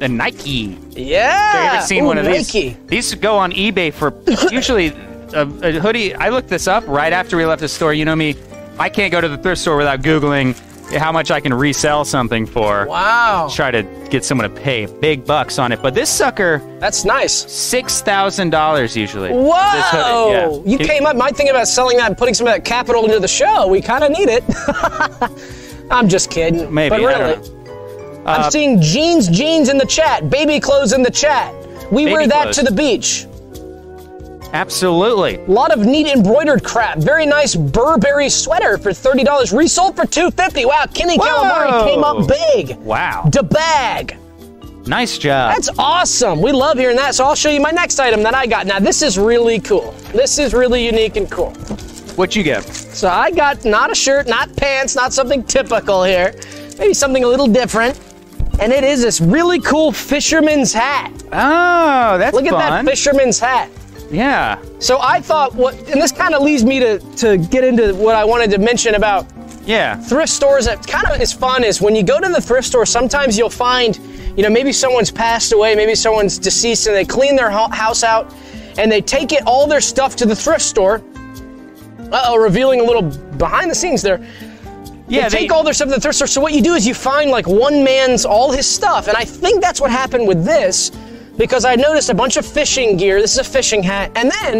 Speaker 2: a Nike.
Speaker 1: Yeah.
Speaker 2: Have you ever seen
Speaker 1: Ooh,
Speaker 2: one of these?
Speaker 1: Nike.
Speaker 2: These go on eBay for usually a, a hoodie. I looked this up right after we left the store. You know me, I can't go to the thrift store without googling how much I can resell something for.
Speaker 1: Wow.
Speaker 2: Try to get someone to pay big bucks on it. But this sucker,
Speaker 1: That's nice.
Speaker 2: six thousand dollars usually.
Speaker 1: Whoa!
Speaker 2: This hoodie, yeah.
Speaker 1: You came up. My thing about selling that and putting some of that capital into the show. We kind of need it. I'm just kidding.
Speaker 2: Maybe,
Speaker 1: But
Speaker 2: I don't Uh,
Speaker 1: really, I'm seeing jeans, jeans in the chat, baby clothes in the chat. We
Speaker 2: Baby
Speaker 1: wear that
Speaker 2: clothes.
Speaker 1: to the beach.
Speaker 2: Absolutely.
Speaker 1: A lot of neat embroidered crap. Very nice Burberry sweater for $30. Resold for $250. Wow, Kenny Calamari came
Speaker 2: Whoa.
Speaker 1: up big.
Speaker 2: Wow.
Speaker 1: Da bag.
Speaker 2: nice job.
Speaker 1: That's awesome. We love hearing that. So I'll show you my next item that I got. Now this is really cool. This is really unique and cool.
Speaker 2: what you get.
Speaker 1: So I got not a shirt, not pants, not something typical here. Maybe something a little different. And it is this really cool fisherman's hat.
Speaker 2: Oh, that's
Speaker 1: Look at
Speaker 2: fun.
Speaker 1: that fisherman's hat.
Speaker 2: Yeah.
Speaker 1: So I thought what and this kind of leads me to to get into what I wanted to mention about
Speaker 2: Yeah.
Speaker 1: thrift stores that kind of is fun is when you go to the thrift store sometimes you'll find you know maybe someone's passed away maybe someone's deceased and they clean their ho- house out and they take it all their stuff to the thrift store uh-oh revealing a little behind the scenes there
Speaker 2: Yeah.
Speaker 1: they take all their stuff to the thrift store. So what you do is you find like one man's all his stuff, and I think that's what happened with this, because I noticed a bunch of fishing gear. This is a fishing hat, and then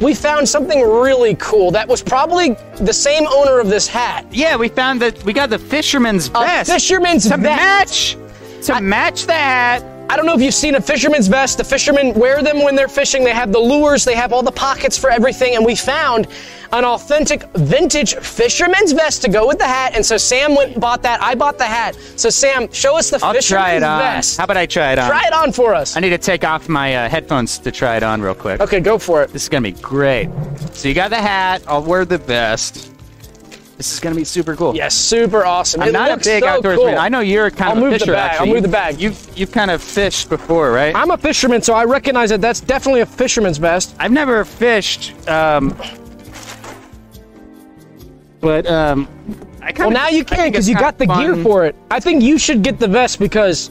Speaker 1: we found something really cool that was probably the same owner of this hat.
Speaker 2: yeah, we found that we got the fisherman's
Speaker 1: A
Speaker 2: vest.
Speaker 1: fisherman's
Speaker 2: to
Speaker 1: vest.
Speaker 2: match. To match the hat.
Speaker 1: I don't know if you've seen a fisherman's vest. The fishermen wear them when they're fishing. They have the lures, they have all the pockets for everything. And we found an authentic vintage fisherman's vest to go with the hat. And so Sam went and bought that. I bought the hat. So Sam, show us the
Speaker 2: I'll
Speaker 1: fisherman's
Speaker 2: try it on.
Speaker 1: vest.
Speaker 2: How about I try it on?
Speaker 1: try it on for us?
Speaker 2: I need to take off my uh, headphones to try it on real quick.
Speaker 1: Okay, go for it.
Speaker 2: This is gonna be great. So you got the hat. I'll wear the vest. This is gonna be super cool.
Speaker 1: Yes, super awesome.
Speaker 2: I'm
Speaker 1: It
Speaker 2: not a
Speaker 1: looks
Speaker 2: big
Speaker 1: so
Speaker 2: outdoorsman.
Speaker 1: cool.
Speaker 2: I know you're kind
Speaker 1: I'll
Speaker 2: of a
Speaker 1: move the
Speaker 2: fisher.
Speaker 1: bag. I'll
Speaker 2: Actually,
Speaker 1: move
Speaker 2: You've-
Speaker 1: the bag.
Speaker 2: You've you've kind of fished before, right?
Speaker 1: I'm a fisherman, so I recognize that that's definitely a fisherman's vest.
Speaker 2: I've never fished, um, but um, I kind
Speaker 1: Well, now you can because you got the gear for it. I think you should get the vest because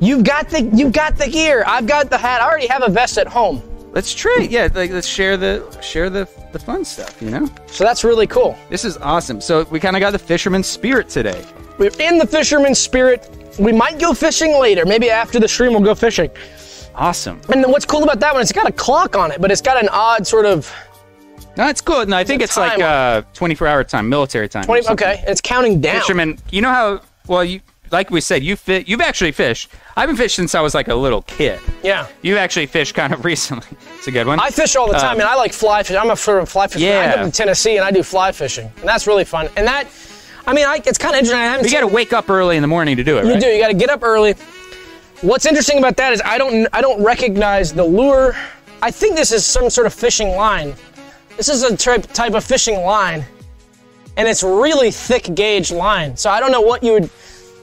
Speaker 1: you've got the you've got the gear. I've got the hat. I already have a vest at home,
Speaker 2: Let's trade. Yeah, like let's share the share the the fun stuff. You know,
Speaker 1: so that's really cool.
Speaker 2: this is awesome. So we kind of got the fisherman's spirit today.
Speaker 1: We're in the fisherman's spirit. We might go fishing later. Maybe after the stream, we'll go fishing.
Speaker 2: Awesome.
Speaker 1: And then what's cool about that one? It's got a clock on it, but it's got an odd sort of
Speaker 2: No, it's cool. No, I think
Speaker 1: a
Speaker 2: it's like
Speaker 1: time
Speaker 2: uh, 24 hour time, military time. or
Speaker 1: 20,
Speaker 2: something.
Speaker 1: okay. It's counting down.
Speaker 2: fisherman. You know how well you like we said you fit. You've actually fished. I've been fished since I was like a little kid.
Speaker 1: Yeah.
Speaker 2: You've actually fished kind of recently. It's a good one.
Speaker 1: I fish all the time,
Speaker 2: Um,
Speaker 1: and I like fly fishing. I'm a sort of fly fisher. I
Speaker 2: Yeah.
Speaker 1: live in Tennessee, and I do fly fishing, and that's really fun. And that, I mean, I, it's kind of interesting. I haven't
Speaker 2: You got to wake up early in the morning to do it.
Speaker 1: You
Speaker 2: right?
Speaker 1: do. You got to get up early. What's interesting about that is I don't I don't recognize the lure. I think this is some sort of fishing line. This is a type type of fishing line, and it's really thick gauge line. So I don't know what you would.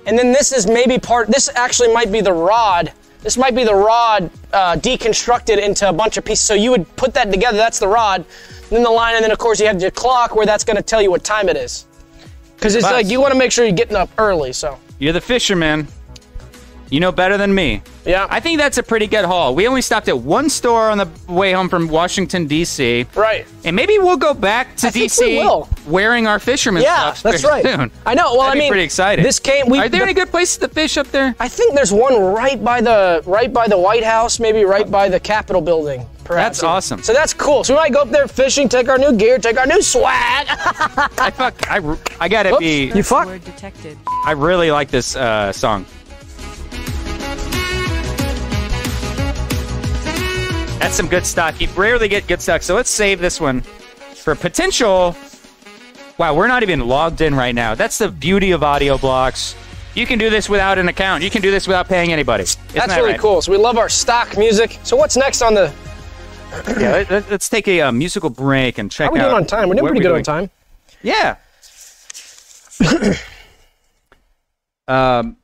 Speaker 1: And then this is maybe part. This actually might be the rod. This might be the rod uh, deconstructed into a bunch of pieces. So you would put that together. That's the rod, then the line, and then of course you have your clock where that's going to tell you what time it is. Because it's
Speaker 2: Bus.
Speaker 1: like you want to make sure you're getting up early. So
Speaker 2: You're the fisherman. You know better than me.
Speaker 1: yeah.
Speaker 2: I think that's a pretty good haul. We only stopped at one store on the way home from Washington D.C.
Speaker 1: Right.
Speaker 2: And maybe we'll go back to
Speaker 1: I think we
Speaker 2: D.C.
Speaker 1: will.
Speaker 2: wearing our fisherman
Speaker 1: Yeah,
Speaker 2: stuff
Speaker 1: that's right.
Speaker 2: soon.
Speaker 1: I know. Well,
Speaker 2: That'd
Speaker 1: I
Speaker 2: be
Speaker 1: mean,
Speaker 2: pretty excited.
Speaker 1: This came. We,
Speaker 2: Are there
Speaker 1: the-
Speaker 2: any good places to fish up there?
Speaker 1: I think there's one right by the right by the White House, maybe right by the Capitol building. Perhaps.
Speaker 2: That's awesome.
Speaker 1: So that's cool. So we might go up there fishing, take our new gear, take our new swag.
Speaker 2: I fuck. I, I gotta
Speaker 1: Oops.
Speaker 2: be.
Speaker 1: You fuck.
Speaker 3: Word detected.
Speaker 2: I really like this uh, song. That's some good stock. You rarely get good stock, so let's save this one for potential. Wow, we're not even logged in right now. That's the beauty of audio blocks. You can do this without an account. You can do this without paying anybody. Isn't
Speaker 1: That's
Speaker 2: that
Speaker 1: really
Speaker 2: right?
Speaker 1: cool. So we love our stock music. So what's next on the?
Speaker 2: Yeah, let- let, us take a uh, musical break and check
Speaker 1: How are we
Speaker 2: out.
Speaker 1: doing on time? We're doing
Speaker 2: what
Speaker 1: pretty good
Speaker 2: doing.
Speaker 1: on time.
Speaker 2: Yeah. um.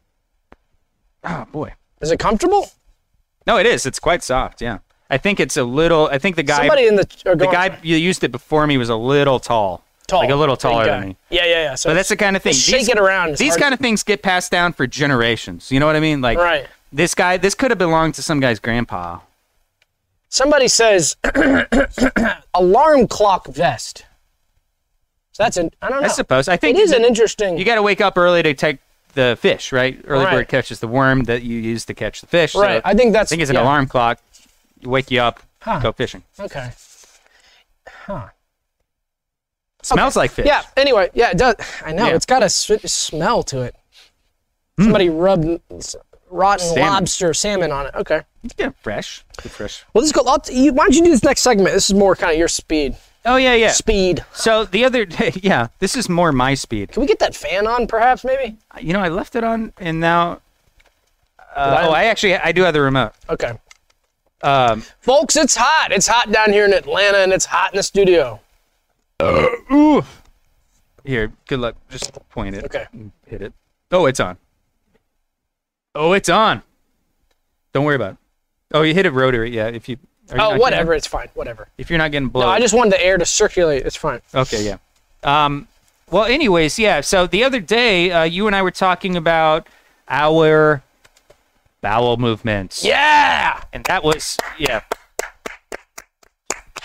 Speaker 2: Oh boy.
Speaker 1: Is it comfortable?
Speaker 2: No, it is. It's quite soft. Yeah. I think it's a little. I think the guy.
Speaker 1: Somebody in the or
Speaker 2: the
Speaker 1: going-
Speaker 2: guy you used it before me was a little tall.
Speaker 1: tall,
Speaker 2: Like a little
Speaker 1: big
Speaker 2: taller
Speaker 1: guy.
Speaker 2: than me.
Speaker 1: Yeah, yeah, yeah. So
Speaker 2: But that's the kind of thing.
Speaker 1: Just shake it around. It's
Speaker 2: These
Speaker 1: hard-
Speaker 2: kind of things get passed down for generations. You know what I mean? Like
Speaker 1: Right.
Speaker 2: this guy, this could have belonged to some guy's grandpa.
Speaker 1: somebody says alarm clock vest. So that's an I don't know.
Speaker 2: I suppose. I
Speaker 1: it
Speaker 2: think
Speaker 1: is
Speaker 2: you-
Speaker 1: an interesting.
Speaker 2: You got to wake up early to take the fish, right? Early
Speaker 1: Right.
Speaker 2: bird catches the worm that you use to catch the fish. So
Speaker 1: Right. I think that's-
Speaker 2: I think it's an
Speaker 1: yeah.
Speaker 2: alarm clock. Wake you up.
Speaker 1: Huh.
Speaker 2: Go fishing.
Speaker 1: okay.
Speaker 2: Smells like fish.
Speaker 1: Yeah. Anyway, yeah, it does. I know
Speaker 2: Yeah. Hmm.
Speaker 1: it's got a s- smell to it. Somebody rubbed s- rotten
Speaker 2: Salmon.
Speaker 1: lobster salmon on it. Okay.
Speaker 2: It's good. Fresh. Good fresh.
Speaker 1: Well, this is cool. I'll t- you, why don't you do this next segment? This is more kind of your speed.
Speaker 2: Oh yeah, yeah.
Speaker 1: Speed.
Speaker 2: So the other day, yeah, this is more my speed.
Speaker 1: Can we get that fan on, perhaps? Maybe.
Speaker 2: You know, I left it on, and now. Uh, oh, I actually I do have the remote.
Speaker 1: Okay.
Speaker 2: Um,
Speaker 1: Folks, it's hot. It's hot down here in Atlanta, and it's hot in the studio.
Speaker 2: here, good luck. Just point it.
Speaker 1: Okay.
Speaker 2: and Hit it. Oh, it's on. Oh, it's on. Don't worry about it. Oh, you hit a rotary. Yeah, if you. are you not
Speaker 1: Oh,
Speaker 2: getting-
Speaker 1: whatever. It's fine. Whatever.
Speaker 2: if you're not getting blown.
Speaker 1: No, I just wanted the air to circulate. It's fine.
Speaker 2: Okay, yeah. Um, well, anyways, yeah. So the other day, uh, you and I were talking about our bowel movements.
Speaker 1: Yeah.
Speaker 2: and that was yeah.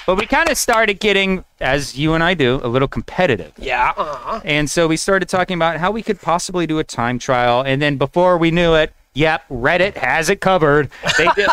Speaker 2: But we kind of started getting, as you and I do, a little competitive.
Speaker 1: Yeah. Uh-huh.
Speaker 2: And so we started talking about how we could possibly do a time trial. And then before we knew it, yep, Reddit has it covered. They did,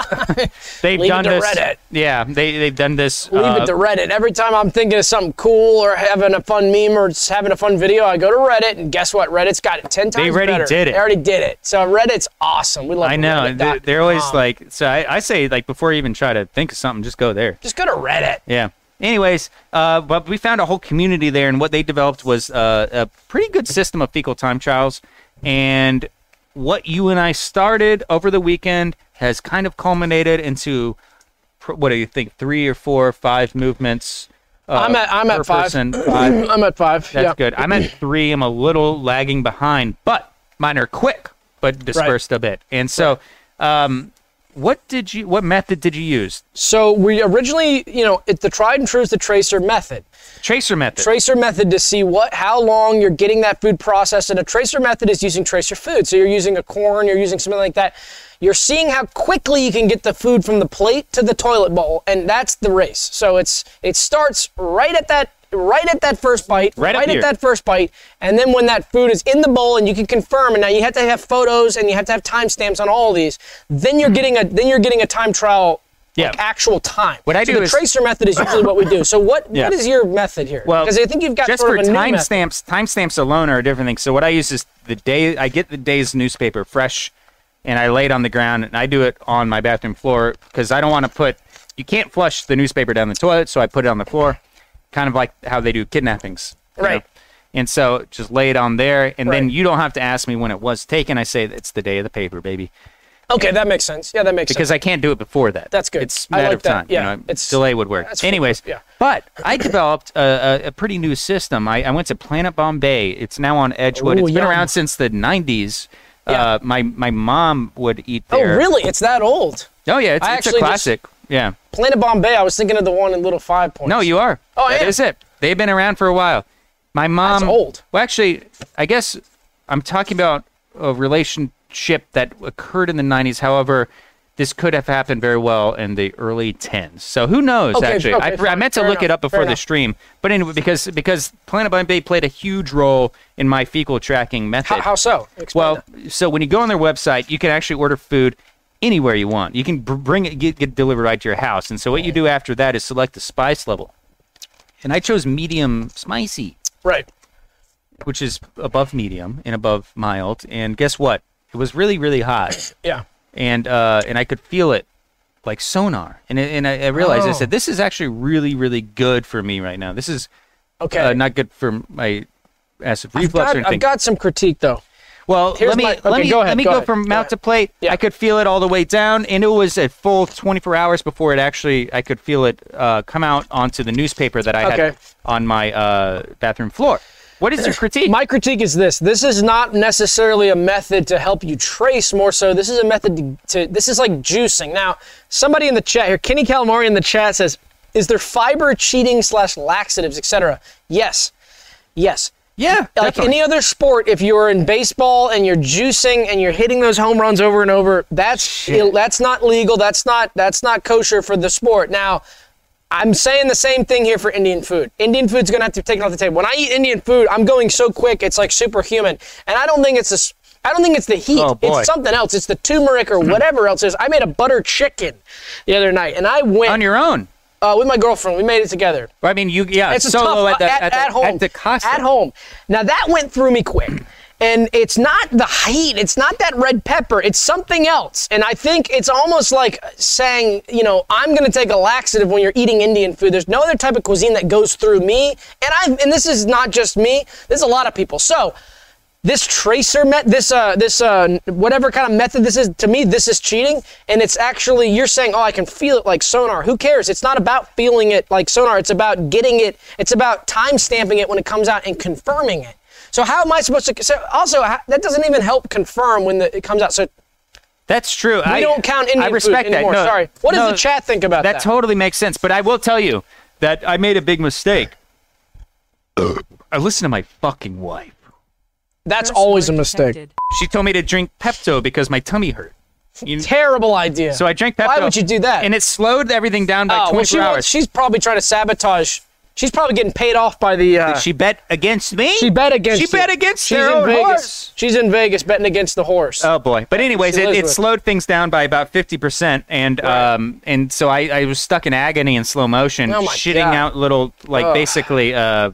Speaker 2: they've
Speaker 1: Leave it
Speaker 2: done
Speaker 1: to
Speaker 2: this.
Speaker 1: Reddit.
Speaker 2: Yeah, they they've done this.
Speaker 1: Leave
Speaker 2: uh,
Speaker 1: it to Reddit. Every time I'm thinking of something cool or having a fun meme or just having a fun video, I go to Reddit, and guess what? Reddit's got it ten times
Speaker 2: already
Speaker 1: better.
Speaker 2: did it.
Speaker 1: They already did it. So Reddit's awesome. We love.
Speaker 2: I know.
Speaker 1: Reddit. Um,
Speaker 2: They, they're always
Speaker 1: com.
Speaker 2: like. So I, I say like before you even try to think of something, just go there.
Speaker 1: just go to Reddit.
Speaker 2: Yeah. Anyways, uh, but we found a whole community there, and what they developed was uh, a pretty good system of fecal time trials. And what you and I started over the weekend has kind of culminated into pr- what do you think? Three or four or five movements. Uh,
Speaker 1: I'm at- I'm at
Speaker 2: per
Speaker 1: five.
Speaker 2: person, five.
Speaker 1: I'm at five.
Speaker 2: That's
Speaker 1: yeah.
Speaker 2: good. I'm at three. I'm a little lagging behind, but mine are quick, but dispersed a bit. And so, um, what did you? What method did you use?
Speaker 1: So we originally, you know, it's the tried and true is the tracer method.
Speaker 2: Tracer method.
Speaker 1: tracer method to see what how long you're getting that food processed and a tracer method is using tracer food so you're using a corn you're using something like that you're seeing how quickly you can get the food from the plate to the toilet bowl and that's the race so it's it starts right at that right at that first bite
Speaker 2: Right up
Speaker 1: at
Speaker 2: here.
Speaker 1: that first bite and then when that food is in the bowl and you can confirm and now you have to have photos and you have to have timestamps on all these then you're getting a then you're getting a time trial like
Speaker 2: Hmm. Yeah.
Speaker 1: actual time
Speaker 2: What I
Speaker 1: So
Speaker 2: do
Speaker 1: the
Speaker 2: is-
Speaker 1: tracer method is usually what we do so what
Speaker 2: Yeah.
Speaker 1: what is your method here
Speaker 2: Well,
Speaker 1: because I think you've got
Speaker 2: just
Speaker 1: sort
Speaker 2: for
Speaker 1: of a new method.
Speaker 2: timestamps. Timestamps alone are a different thing. So what I use is the day I get the day's newspaper fresh, and I lay it on the ground, and I do it on my bathroom floor because I don't want to put. You can't flush the newspaper down the toilet, so I put it on the floor, kind of like how they do kidnappings, you
Speaker 1: Right.
Speaker 2: know? And so just lay it on there, and then
Speaker 1: Right.
Speaker 2: you don't have to ask me when it was taken. I say it's the day of the paper, baby,
Speaker 1: Okay, that makes sense. Yeah, that makes
Speaker 2: because
Speaker 1: sense.
Speaker 2: I can't do it before that.
Speaker 1: That's good.
Speaker 2: It's
Speaker 1: I
Speaker 2: a matter
Speaker 1: like
Speaker 2: of
Speaker 1: that.
Speaker 2: time.
Speaker 1: Yeah,
Speaker 2: you know,
Speaker 1: it's-
Speaker 2: delay would work.
Speaker 1: that's fair.
Speaker 2: Anyways,
Speaker 1: Yeah.
Speaker 2: but I developed a, a, a pretty new system. I, I went to Planet Bombay. It's now on Edgewood.
Speaker 1: Ooh,
Speaker 2: it's been
Speaker 1: yum.
Speaker 2: around since the 90s.
Speaker 1: Yeah.
Speaker 2: Uh, my my mom would eat
Speaker 1: Oh,
Speaker 2: there.
Speaker 1: really? It's that old?
Speaker 2: Oh yeah, it's,
Speaker 1: I
Speaker 2: it's a
Speaker 1: actually just-
Speaker 2: classic. Yeah.
Speaker 1: Planet Bombay. I was thinking of the one in Little Five Points.
Speaker 2: No, you are.
Speaker 1: Oh, I
Speaker 2: That
Speaker 1: am.
Speaker 2: is it. They've been around for a while. My mom.
Speaker 1: old.
Speaker 2: Well, actually, I guess I'm talking about a relationship that occurred in the 90s. However, this could have happened very well in the early 10s. So who knows?
Speaker 1: Okay,
Speaker 2: actually,
Speaker 1: okay,
Speaker 2: I, I
Speaker 1: fine.
Speaker 2: meant to
Speaker 1: Fair
Speaker 2: look it
Speaker 1: enough,
Speaker 2: up before
Speaker 1: fair
Speaker 2: the
Speaker 1: enough.
Speaker 2: stream, but anyway, because because Planet Bombay played a huge role in my fecal tracking method.
Speaker 1: How, how so? Explain
Speaker 2: Well,
Speaker 1: that.
Speaker 2: uh, so when you go on their website, you can actually order food anywhere you want. You can br- bring it, get, get delivered right to your house. And so what you do after that is select the spice level. And I chose medium spicy,
Speaker 1: right.
Speaker 2: which is above medium and above mild. And guess what? It was really, really hot,
Speaker 1: Yeah.
Speaker 2: and uh, and I could feel it like sonar. And I- and I, I realized I
Speaker 1: Oh.
Speaker 2: said this is actually really, really good for me right now. This is
Speaker 1: Okay.
Speaker 2: uh, not good for my acid reflux
Speaker 1: I've,
Speaker 2: or
Speaker 1: got,
Speaker 2: anything.
Speaker 1: I've got some critique though.
Speaker 2: Well,
Speaker 1: Here's
Speaker 2: let me
Speaker 1: my-
Speaker 2: let
Speaker 1: okay,
Speaker 2: me
Speaker 1: go ahead,
Speaker 2: let me
Speaker 1: go
Speaker 2: go,
Speaker 1: ahead,
Speaker 2: from
Speaker 1: go
Speaker 2: mount
Speaker 1: ahead.
Speaker 2: to plate.
Speaker 1: Yeah.
Speaker 2: I could feel it all the way down, and it was a full 24 hours before it actually. I could feel it uh, come out onto the newspaper that I
Speaker 1: Okay.
Speaker 2: had on my uh, bathroom floor. What is your critique?
Speaker 1: My critique is this: this is not necessarily a method to help you trace. More so, this is a method to, to this is like juicing. Now, somebody in the chat here, Kenny Calamari in the chat says, "Is there fiber cheating slash laxatives, etc.?" Yes, yes.
Speaker 2: yeah,
Speaker 1: Like
Speaker 2: definitely.
Speaker 1: any other sport, if you're in baseball and you're juicing and you're hitting those home runs over and over, that's
Speaker 2: Shit.
Speaker 1: Ill, that's not legal. That's not that's not kosher for the sport. Now, I'm saying the same thing here for Indian food. Indian food's gonna have to be taken off the table. When I eat Indian food, I'm going so quick, it's like superhuman. And I don't think it's this. I don't think it's the heat.
Speaker 2: Oh, boy.
Speaker 1: it's something else. It's the turmeric or whatever else it is. I made a butter chicken the other night, and I
Speaker 2: on
Speaker 1: went
Speaker 2: your own.
Speaker 1: uh, with my girlfriend. We made it together.
Speaker 2: I mean, you yeah,
Speaker 1: It's a
Speaker 2: solo
Speaker 1: tough
Speaker 2: at, the,
Speaker 1: at,
Speaker 2: the,
Speaker 1: at home.
Speaker 2: at the Costa.
Speaker 1: At home. Now that went through me quick. And it's not the heat. It's not that red pepper. It's something else. And I think it's almost like saying, you know, I'm going to take a laxative when you're eating Indian food. There's no other type of cuisine that goes through me. And I and this is not just me. This is a lot of people. So this tracer met this uh this uh whatever kind of method this is to me this is cheating and it's actually you're saying oh i can feel it like sonar who cares it's not about feeling it like sonar it's about getting it it's about time stamping it when it comes out and confirming it so how am i supposed to so also ha- that doesn't even help confirm when the, it comes out so
Speaker 2: That's true.
Speaker 1: we
Speaker 2: I
Speaker 1: don't count Indian
Speaker 2: I respect
Speaker 1: food
Speaker 2: that.
Speaker 1: anymore
Speaker 2: No,
Speaker 1: sorry what does
Speaker 2: no,
Speaker 1: the chat think about that,
Speaker 2: That totally makes sense. But I will tell you that I made a big mistake. I listened to my fucking wife.
Speaker 1: that's
Speaker 3: First
Speaker 1: always a
Speaker 3: word
Speaker 1: mistake
Speaker 3: detected.
Speaker 2: She told me to drink Pepto because my tummy hurt. You-
Speaker 1: terrible idea
Speaker 2: so I drank Pepto.
Speaker 1: why would you do that
Speaker 2: And it slowed everything down by
Speaker 1: oh,
Speaker 2: 24
Speaker 1: well, she
Speaker 2: hours.
Speaker 1: wants, she's probably trying to sabotage she's probably getting paid off by the uh,
Speaker 2: she bet against me.
Speaker 1: She bet against.
Speaker 2: She
Speaker 1: it.
Speaker 2: bet against
Speaker 1: She's
Speaker 2: their
Speaker 1: in
Speaker 2: own
Speaker 1: Vegas.
Speaker 2: horse.
Speaker 1: She's in Vegas betting against the horse.
Speaker 2: Oh boy! But anyways,
Speaker 1: She
Speaker 2: it,
Speaker 1: lives
Speaker 2: it
Speaker 1: with-
Speaker 2: slowed things down by about fifty percent, and
Speaker 1: Right.
Speaker 2: um, and so I, I was stuck in agony in slow motion,
Speaker 1: Oh my
Speaker 2: shitting
Speaker 1: God.
Speaker 2: out little like
Speaker 1: Ugh.
Speaker 2: basically uh,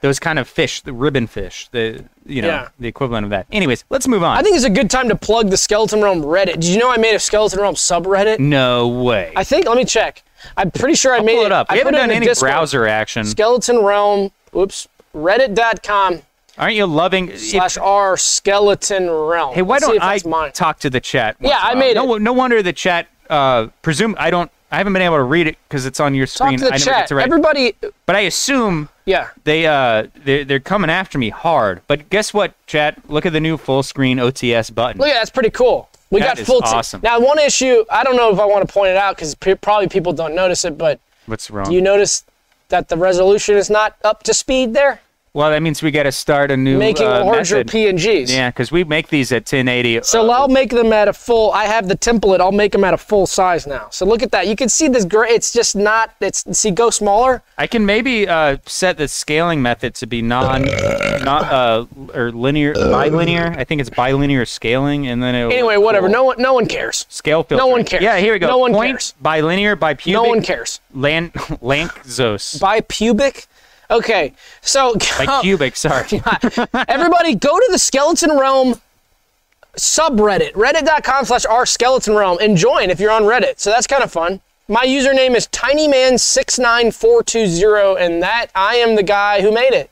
Speaker 2: those kind of fish, the ribbon fish, the you know
Speaker 1: Yeah.
Speaker 2: the equivalent of that. Anyways, let's move on.
Speaker 1: I think it's a good time to plug the Skeleton Realm Reddit. Did you know I made a Skeleton Realm subreddit?
Speaker 2: no way.
Speaker 1: I think. Let me check. I'm pretty sure I made
Speaker 2: Mm. Pull it up.
Speaker 1: I
Speaker 2: We
Speaker 1: put
Speaker 2: haven't
Speaker 1: it
Speaker 2: done
Speaker 1: in the
Speaker 2: any
Speaker 1: Discord.
Speaker 2: browser action.
Speaker 1: Skeleton Realm. Oops. Reddit.com
Speaker 2: Aren't you loving? if-
Speaker 1: slash r Skeleton Realm.
Speaker 2: hey, why
Speaker 1: Let's see
Speaker 2: don't
Speaker 1: if
Speaker 2: I
Speaker 1: it's mine.
Speaker 2: talk to the chat? once
Speaker 1: Yeah,
Speaker 2: in a
Speaker 1: I
Speaker 2: while?
Speaker 1: made
Speaker 2: no,
Speaker 1: it.
Speaker 2: No wonder the chat. Uh, presume I don't. I haven't been able to read it because it's on your
Speaker 1: Talk
Speaker 2: screen.
Speaker 1: to the
Speaker 2: I never get
Speaker 1: chat.
Speaker 2: to write.
Speaker 1: Everybody.
Speaker 2: but I assume
Speaker 1: Yeah.
Speaker 2: they uh they're, they're coming after me hard but guess what chat look at the new full screen ots button
Speaker 1: Look at that, that's pretty cool. We
Speaker 2: That
Speaker 1: got
Speaker 2: is
Speaker 1: full. t-
Speaker 2: awesome.
Speaker 1: Now one issue. I don't know if I want to point it out because probably people don't notice it, but
Speaker 2: what's wrong
Speaker 1: you notice that the resolution is not up to speed there.
Speaker 2: well that means we got to start a new
Speaker 1: making
Speaker 2: uh,
Speaker 1: larger
Speaker 2: method.
Speaker 1: PNGs.
Speaker 2: yeah because we make these at 1080
Speaker 1: So I'll make them at a full. I have the template. I'll make them at a full size now. So look at that. You can see this great. It's just not. It's see go smaller.
Speaker 2: i can maybe uh set the scaling method to be non not uh or linear bilinear i think it's bilinear scaling and then it
Speaker 1: Anyway, whatever. No one. No one cares.
Speaker 2: scale filter
Speaker 1: no one cares.
Speaker 2: yeah here we go
Speaker 1: No one
Speaker 2: Point,
Speaker 1: cares.
Speaker 2: bilinear bipubic
Speaker 1: No one cares.
Speaker 2: lan lanczos
Speaker 1: By pubic. Okay. So
Speaker 2: bicubic sorry
Speaker 1: Everybody, go to the Skeleton Realm subreddit, reddit.com slash r skeleton realm, and join if you're on Reddit. So that's kind of fun. My username is tinyman69420, and that I am the guy who made it.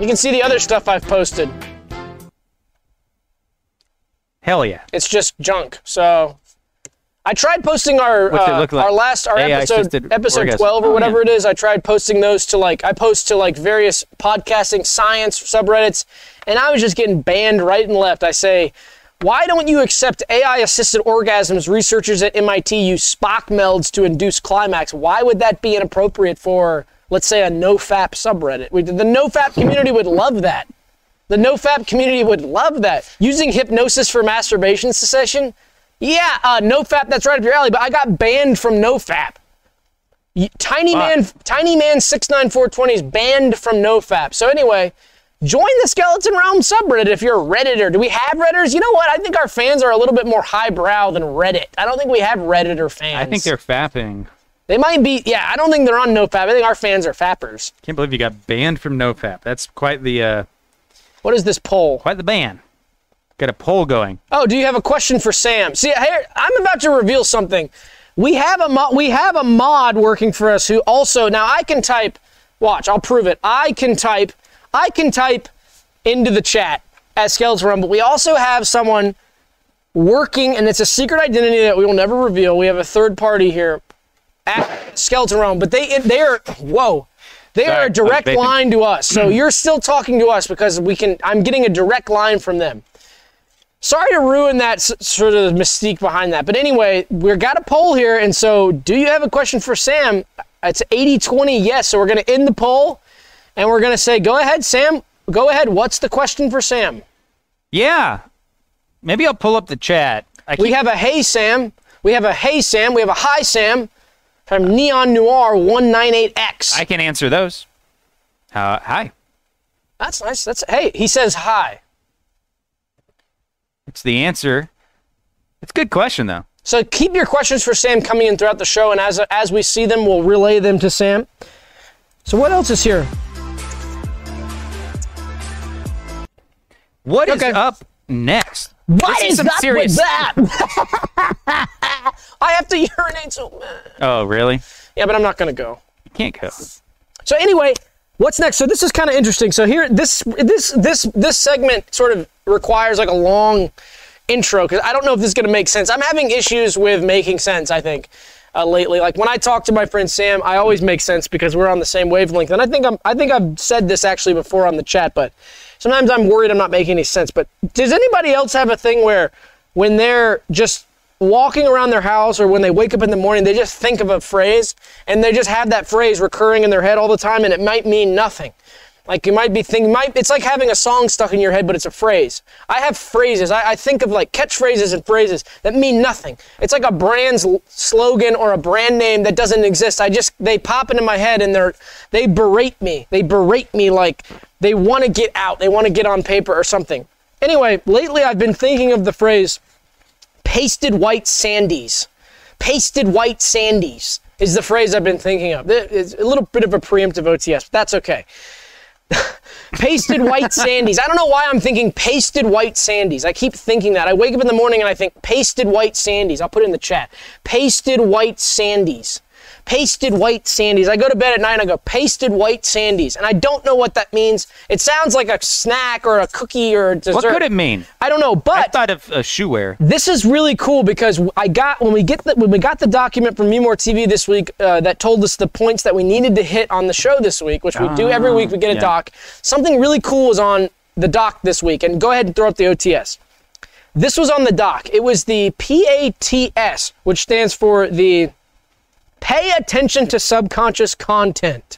Speaker 1: You can see the other stuff I've posted.
Speaker 2: hell yeah
Speaker 1: It's just junk. So I tried posting our
Speaker 2: What's it
Speaker 1: uh,
Speaker 2: look like?
Speaker 1: our last our
Speaker 2: AI
Speaker 1: episode
Speaker 2: assisted
Speaker 1: episode
Speaker 2: orgasm.
Speaker 1: 12
Speaker 2: Oh,
Speaker 1: or whatever
Speaker 2: yeah.
Speaker 1: it is. I tried posting those to like I post to like various podcasting science subreddits and I was just getting banned right and left. I say why don't you accept AI assisted orgasms? Researchers at MIT use Spock melds to induce climax. Why would that be inappropriate for, let's say, a nofap subreddit? We, the nofap community would love that. The nofap community would love that. Using hypnosis for masturbation session? Yeah, uh, nofap, that's right up your alley, but I got banned from nofap. Y- Tiny
Speaker 2: Fuck.
Speaker 1: man, Tiny man 69420 is banned from nofap. So anyway, join the Skeleton Realm subreddit if you're a redditor. Do we have redditors? You know what? I think our fans are a little bit more highbrow than Reddit. I don't think we have redditor fans.
Speaker 2: i think they're fapping
Speaker 1: They might be. Yeah, I don't think they're on nofap. I think our fans are fappers.
Speaker 2: Can't believe you got banned from NoFap. That's quite the uh,
Speaker 1: What is this poll?
Speaker 2: quite the ban. Got a poll going.
Speaker 1: Oh, do you have a question for Sam? See, here I'm about to reveal something. We have a mo- we have a mod working for us who also now I can type. Watch, I'll prove it. I can type. I can type into the chat at Skeleton Run. But we also have someone working, and it's a secret identity that we will never reveal. We have a third party here at Skeleton Realm, but they they are whoa. They
Speaker 2: Sorry,
Speaker 1: are
Speaker 2: I
Speaker 1: a
Speaker 2: was
Speaker 1: direct
Speaker 2: vaping.
Speaker 1: line to us. So you're still talking to us because we can I'm getting a direct line from them. Sorry to ruin that s- sort of mystique behind that. But anyway, we've got a poll here and so do you have a question for Sam? It's 80-20 yes. So we're going to end the poll and we're going to say go ahead Sam, go ahead. What's the question for Sam?
Speaker 2: Yeah. Maybe I'll pull up the chat. I keep,
Speaker 1: We have a hey Sam. We have a hey Sam. We have a hi Sam from Neon Noir 198X.
Speaker 2: I can answer those. Uh, hi.
Speaker 1: That's nice. That's hey. He says hi.
Speaker 2: It's the answer. It's a good question though.
Speaker 1: So keep your questions for Sam coming in throughout the show, and as as we see them, we'll relay them to Sam. So what else is here?
Speaker 2: What is
Speaker 1: Okay.
Speaker 2: up next?
Speaker 1: What
Speaker 2: This
Speaker 1: is
Speaker 2: some
Speaker 1: up
Speaker 2: serious-
Speaker 1: with that? I have to urinate so bad.
Speaker 2: Oh, really?
Speaker 1: Yeah, but I'm not gonna go.
Speaker 2: You can't go.
Speaker 1: So anyway, what's next? So this is kind of interesting. So here, this this this this segment sort of requires like a long intro because I don't know if this is going to make sense. I'm having issues with making sense. I think uh, lately, like when I talk to my friend Sam, I always make sense because we're on the same wavelength. And I think I'm I think I've said this actually before on the chat, but sometimes I'm worried I'm not making any sense. But does anybody else have a thing where when they're just walking around their house or when they wake up in the morning, they just think of a phrase and they just have that phrase recurring in their head all the time and it might mean nothing. Like you might be thinking, might it's like having a song stuck in your head, but it's a phrase. I have phrases. I, I think of like catchphrases and phrases that mean nothing. It's like a brand's l- slogan or a brand name that doesn't exist. I just they pop into my head and they're they berate me. They berate me like they want to get out. They want to get on paper or something. Anyway, lately I've been thinking of the phrase pasted white sandies. Pasted white sandies is the phrase I've been thinking of. Th- It's a little bit of a preemptive OTS, but that's okay. pasted white sandies. I don't know why I'm thinking pasted white sandies. I keep thinking that. I wake up in the morning and I think pasted white sandies. I'll put it in the chat. Pasted white sandies. Pasted white sandies. I go to bed at night and I go pasted white sandies. And I don't know what that means. It sounds like a snack or a cookie or a dessert.
Speaker 2: What could it mean?
Speaker 1: I don't know, but
Speaker 2: I thought of uh, shoe wear.
Speaker 1: this is really cool because I got when we get the, when we got the document from Memore TV this week uh, that told us the points that we needed to hit on the show this week, which we do every week. We get a
Speaker 2: yeah.
Speaker 1: doc. Something really cool is on the doc this week, and go ahead and throw up the OTS. This was on the doc. It was the PATS, which stands for the Pay Attention to Subconscious Content.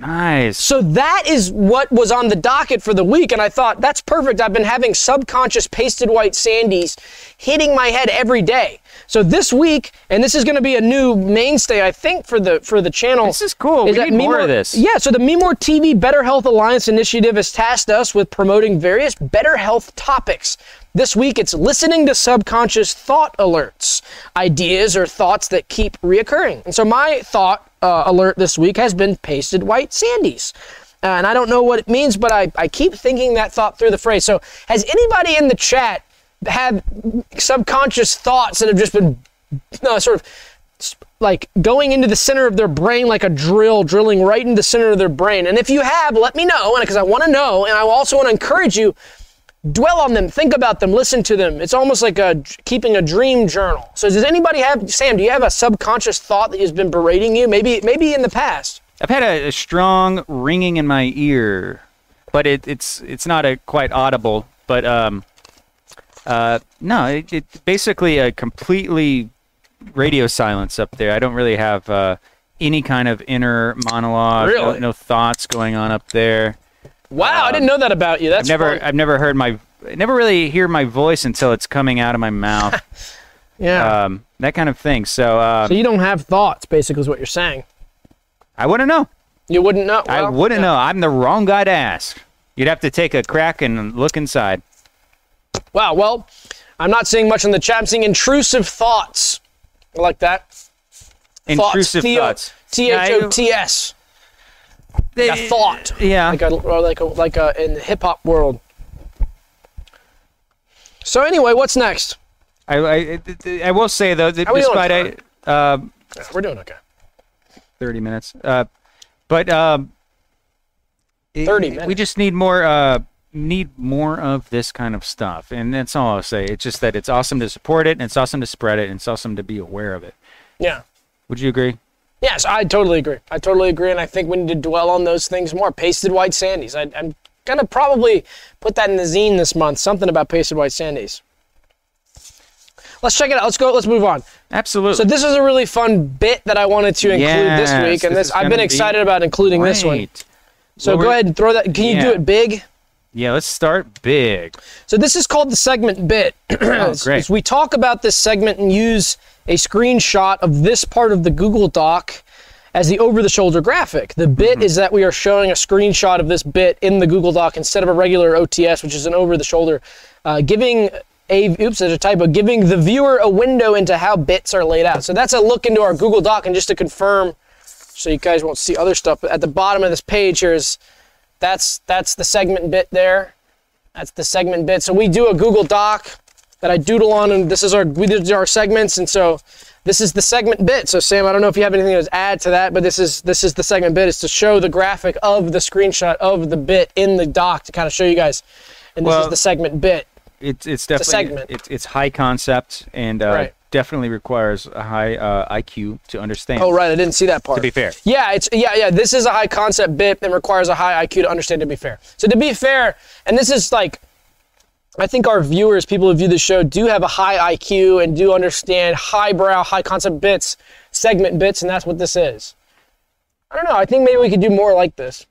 Speaker 2: Nice.
Speaker 1: So that is what was on the docket for the week, and I thought that's perfect. I've been having subconscious pasted white sandies hitting my head every day. So this week, and this is going to be a new mainstay, I think, for the for the channel.
Speaker 2: This is cool. We
Speaker 1: that
Speaker 2: need more
Speaker 1: Memore-
Speaker 2: of this.
Speaker 1: Yeah. So the Memore TV Better Health Alliance initiative has tasked us with promoting various better health topics. This week, it's listening to subconscious thought alerts, ideas or thoughts that keep reoccurring. And so my thought uh, alert this week has been pasted white sandies. Uh, and I don't know what it means, but I, I keep thinking that thought through the phrase. So, has anybody in the chat had subconscious thoughts that have just been uh, sort of sp- like going into the center of their brain like a drill, drilling right into the center of their brain? And if you have, let me know, because I want to know, and I also want to encourage you dwell on them, think about them, listen to them. It's almost like a, keeping a dream journal. So, does anybody have Sam? Do you have a subconscious thought that has been berating you? Maybe, maybe in the past.
Speaker 2: I've had a, a strong ringing in my ear, but it, it's it's not a quite audible. But um, uh, no, it, it basically a completely radio silence up there. I don't really have uh, any kind of inner monologue. no-
Speaker 1: Really?
Speaker 2: No, thoughts going on up there.
Speaker 1: Wow, I didn't know that about you. That's
Speaker 2: I've never
Speaker 1: fun.
Speaker 2: I've never heard my I never really hear my voice until it's coming out of my mouth.
Speaker 1: yeah.
Speaker 2: um, that kind of thing. So, uh,
Speaker 1: So you don't have thoughts, basically, is what you're saying.
Speaker 2: I wouldn't know.
Speaker 1: You wouldn't know.
Speaker 2: I
Speaker 1: well,
Speaker 2: wouldn't
Speaker 1: yeah.
Speaker 2: know. I'm the wrong guy to ask. You'd have to take a crack and look inside.
Speaker 1: Wow. Well, I'm not seeing much in the chat. I'm seeing intrusive thoughts. I like that.
Speaker 2: Intrusive thoughts.
Speaker 1: T H O T S.
Speaker 2: They-
Speaker 1: A thought.
Speaker 2: Yeah.
Speaker 1: Like a, or like a, like a, in the hip hop world. So anyway, what's next?
Speaker 2: I, I, I will say though that
Speaker 1: How we doing,
Speaker 2: despite I, uh,
Speaker 1: We're doing okay.
Speaker 2: 30 minutes, uh, but um, it-
Speaker 1: 30
Speaker 2: we
Speaker 1: minutes.
Speaker 2: just need more uh, need more of this kind of stuff. And that's all I'll say. It's just that it's awesome to support it, and it's awesome to spread it, and it's awesome to be aware of it.
Speaker 1: Yeah.
Speaker 2: Would you agree?
Speaker 1: Yes, I totally agree. I totally agree, and I think we need to dwell on those things more. Pasted white sandies. I, I'm gonna probably put that in the zine this month. Something about pasted white sandies. Let's check it out. Let's go. Let's move on.
Speaker 2: Absolutely.
Speaker 1: So this is a really fun bit that I wanted to include this
Speaker 2: Yes,
Speaker 1: week, and
Speaker 2: this
Speaker 1: this,
Speaker 2: is
Speaker 1: I've
Speaker 2: gonna
Speaker 1: been
Speaker 2: be
Speaker 1: excited about including this one.
Speaker 2: Great.
Speaker 1: So
Speaker 2: Lower-
Speaker 1: go ahead and throw that. Can you do
Speaker 2: Yeah.
Speaker 1: it big?
Speaker 2: Yeah, let's start big.
Speaker 1: So this is called the segment bit. It's-
Speaker 2: great.
Speaker 1: it's we talk about this segment and use a screenshot of this part of the Google Doc as the over-the-shoulder graphic. The bit is that we are showing a screenshot of this bit in the Google Doc instead of a regular OTS, which is an over-the-shoulder, uh, giving a oops, there's a typo, giving the viewer a window into how bits are laid out. So that's a look into our Google Doc, and just to confirm, so you guys won't see other stuff. But at the bottom of this page here is that's that's the segment bit there. That's the segment bit. So we do a Google Doc that I doodle on, and this is our we did our segments, and so this is the segment bit. So Sam, I don't know if you have anything to add to that, but this is this is the segment bit. Is to show the graphic of the screenshot of the bit in the doc to kind of show you guys, and this is
Speaker 2: Well-
Speaker 1: the segment bit.
Speaker 2: It's it's
Speaker 1: a
Speaker 2: definitely
Speaker 1: segment.
Speaker 2: it's it's high concept and uh,
Speaker 1: Right.
Speaker 2: definitely requires a high uh, IQ to understand.
Speaker 1: Oh right, I didn't see that part.
Speaker 2: To be fair.
Speaker 1: Yeah, it's yeah, yeah. This is a high concept bit and requires a high IQ to understand. To be fair, so to be fair, and this is like, I think our viewers, people who view the show, do have a high IQ and do understand highbrow, high concept bits, segment bits, and that's what this is. I don't know. I think maybe we could do more like this.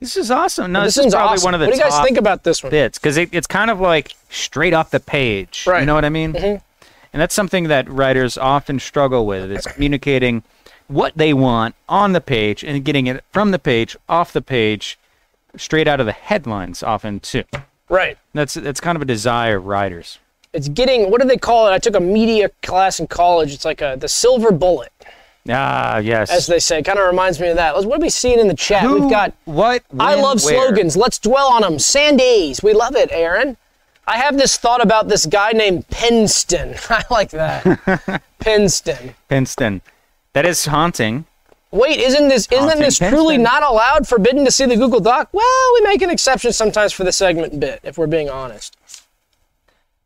Speaker 2: This is awesome. No,
Speaker 1: this
Speaker 2: Uh, this, is
Speaker 1: one's
Speaker 2: probably
Speaker 1: awesome.
Speaker 2: one of the
Speaker 1: What do you guys
Speaker 2: top
Speaker 1: think about this one?
Speaker 2: bits because it, it's kind of like straight off the page.
Speaker 1: Right. Mm-hmm.
Speaker 2: You know what I mean? And that's something that writers often struggle with. It's communicating what they want on the page and getting it from the page, off the page, straight out of the headlines often too.
Speaker 1: Right.
Speaker 2: That's that's kind of a desire of writers.
Speaker 1: It's getting. What do they call it? I took a media class in college. It's like a the silver bullet,
Speaker 2: Ah, yes.
Speaker 1: as they say. Kind of reminds me of that. What are we seeing in the chat? We've
Speaker 2: Who,
Speaker 1: got
Speaker 2: what?
Speaker 1: I
Speaker 2: when,
Speaker 1: love
Speaker 2: where?
Speaker 1: slogans. Let's dwell on them. Sandays. We love it, Aaron. I have this thought about this guy named Penston. I like that. Penston.
Speaker 2: Pinston. That is haunting.
Speaker 1: Wait, isn't this isn't
Speaker 2: Haunting
Speaker 1: this truly
Speaker 2: Penston.
Speaker 1: not allowed, forbidden to see the Google Doc? Well, we make an exception sometimes for the segment bit, if we're being honest.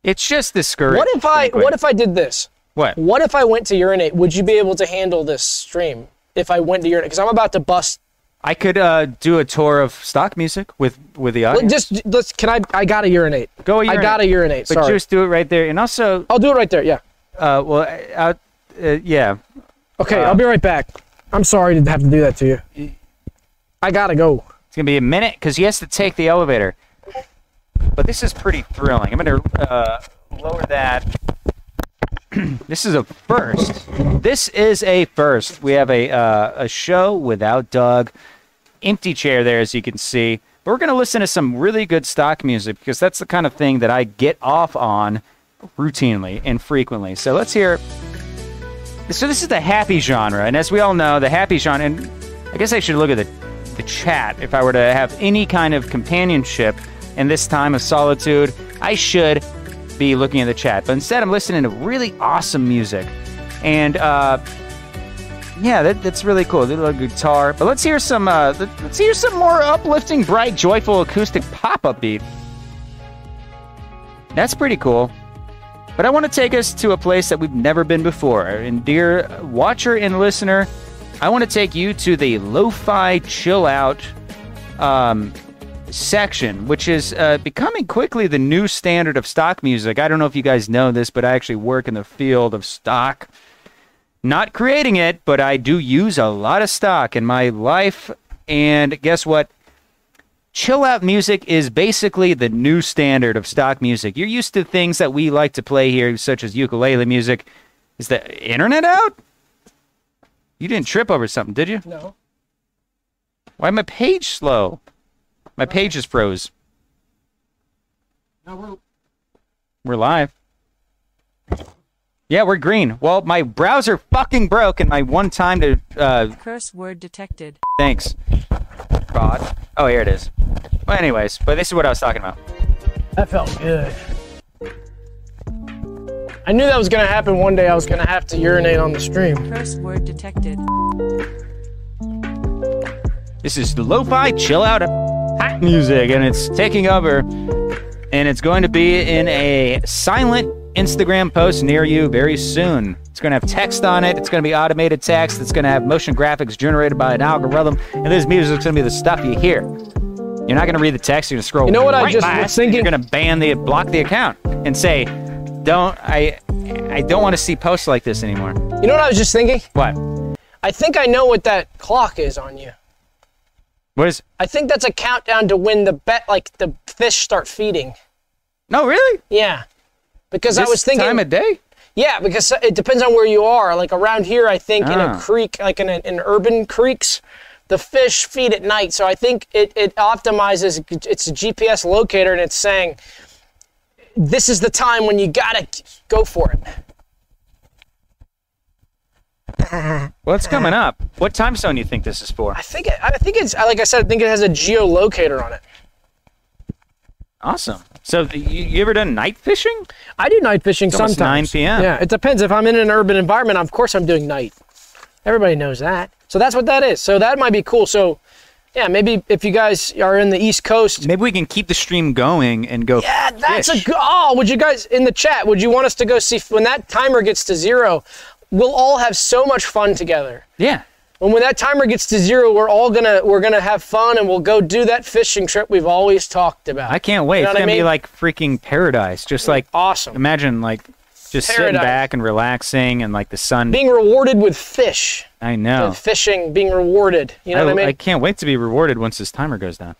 Speaker 2: It's just discouraging.
Speaker 1: What if I what if I did this?
Speaker 2: what?
Speaker 1: What if I went to urinate? Would you be able to handle this stream if I went to urinate? Because I'm about to bust.
Speaker 2: I could uh, do a tour of stock music with with the audience.
Speaker 1: Just let's. Can I? I gotta urinate.
Speaker 2: Go
Speaker 1: I
Speaker 2: urinate.
Speaker 1: gotta urinate.
Speaker 2: but
Speaker 1: Sorry.
Speaker 2: just do it right there, and also,
Speaker 1: I'll do it right there. Yeah.
Speaker 2: uh, well, uh, uh, yeah,
Speaker 1: Okay, I'll be right back. I'm sorry to have to do that to you. I gotta go.
Speaker 2: it's gonna be a minute because he has to take the elevator. But this is pretty thrilling. I'm gonna uh, lower that. this is a first. This is a first. We have a uh, a show without Doug. Empty chair there, as you can see. But we're gonna listen to some really good stock music because that's the kind of thing that I get off on routinely and frequently. So let's hear. So this is the happy genre, and as we all know, the happy genre. And I guess I should look at the the chat if I were to have any kind of companionship in this time of solitude. I should be looking at the chat, but instead I'm listening to really awesome music, and uh, yeah, that, that's really cool. The little guitar. But let's hear some. Uh, let- let's hear some more uplifting, bright, joyful acoustic pop upbeat. That's pretty cool. But I want to take us to a place that we've never been before. And dear watcher and listener, I want to take you to the lo-fi chill out um, section, which is uh, becoming quickly the new standard of stock music. I don't know if you guys know this, but I actually work in the field of stock. Not creating it, but I do use a lot of stock in my life. And guess what? chill out music is basically the new standard of stock music. You're used to things that we like to play here, such as ukulele music. Is the internet out? You didn't trip over something, did you?
Speaker 1: No.
Speaker 2: Why my page slow? My page is froze.
Speaker 1: No, we're
Speaker 2: We're live. Yeah, we're green. Well, my browser fucking broke, and my one time to uh,
Speaker 3: Curse word detected.
Speaker 2: thanks, God. Oh, here it is. Well, anyways, but this is what I was talking about.
Speaker 1: That felt good. I knew that was gonna happen one day. I was gonna have to urinate on the stream.
Speaker 3: Curse word detected.
Speaker 2: This is the lo-fi chill out hot music, and it's taking over. And it's going to be in a silent Instagram post near you very soon. It's going to have text on it. It's going to be automated text. It's going to have motion graphics generated by an algorithm. And this music's going to be the stuff you hear. You're not going to read the text. You're going to scroll.
Speaker 1: You know what I
Speaker 2: right
Speaker 1: just was
Speaker 2: by it, and
Speaker 1: thinking?
Speaker 2: You're going to ban the block the account and say, "Don't I? I don't want to see posts like this anymore."
Speaker 1: You know what I was just thinking?
Speaker 2: What?
Speaker 1: I think I know what that clock is on you.
Speaker 2: What is?
Speaker 1: I think that's a countdown to when the bet, like the fish start feeding.
Speaker 2: No, really?
Speaker 1: Yeah, because
Speaker 2: This
Speaker 1: I was thinking.
Speaker 2: time of day.
Speaker 1: yeah, because it depends on where you are. Like around here, I think in a
Speaker 2: Ah.
Speaker 1: creek, like in, a, in urban creeks, the fish feed at night. So I think it it optimizes. It's a GPS locator, and it's saying, "This is the time when you gotta go for it."
Speaker 2: What's coming up? What time zone do you think this is for?
Speaker 1: I think it, I think it's like I said. I think it has a geolocator on it.
Speaker 2: Awesome. So th- you, you ever done night fishing?
Speaker 1: I do night fishing
Speaker 2: almost
Speaker 1: sometimes.
Speaker 2: 9 p.m..
Speaker 1: Yeah, it depends. If I'm in an urban environment, of course I'm doing night. Everybody knows that. So that's what that is. So that might be cool. So, yeah, maybe if you guys are in the East Coast,
Speaker 2: Maybe we can keep the stream going and go.
Speaker 1: yeah, that's
Speaker 2: fish.
Speaker 1: a go- oh. Would you guys in the chat? Would you want us to go see when that timer gets to zero? We'll all have so much fun together.
Speaker 2: yeah.
Speaker 1: And when that timer gets to zero, we're all gonna we're gonna have fun and we'll go do that fishing trip we've always talked about.
Speaker 2: I can't wait.
Speaker 1: You know
Speaker 2: it's
Speaker 1: what I
Speaker 2: gonna be
Speaker 1: mean?
Speaker 2: like freaking paradise. Just like
Speaker 1: awesome.
Speaker 2: imagine like just sitting
Speaker 1: Paradise.
Speaker 2: back and relaxing and like the sun.
Speaker 1: Being rewarded with fish,
Speaker 2: I know.
Speaker 1: with fishing, being rewarded. You know
Speaker 2: Oh. I,
Speaker 1: what I mean?
Speaker 2: I can't wait to be rewarded once this timer goes down.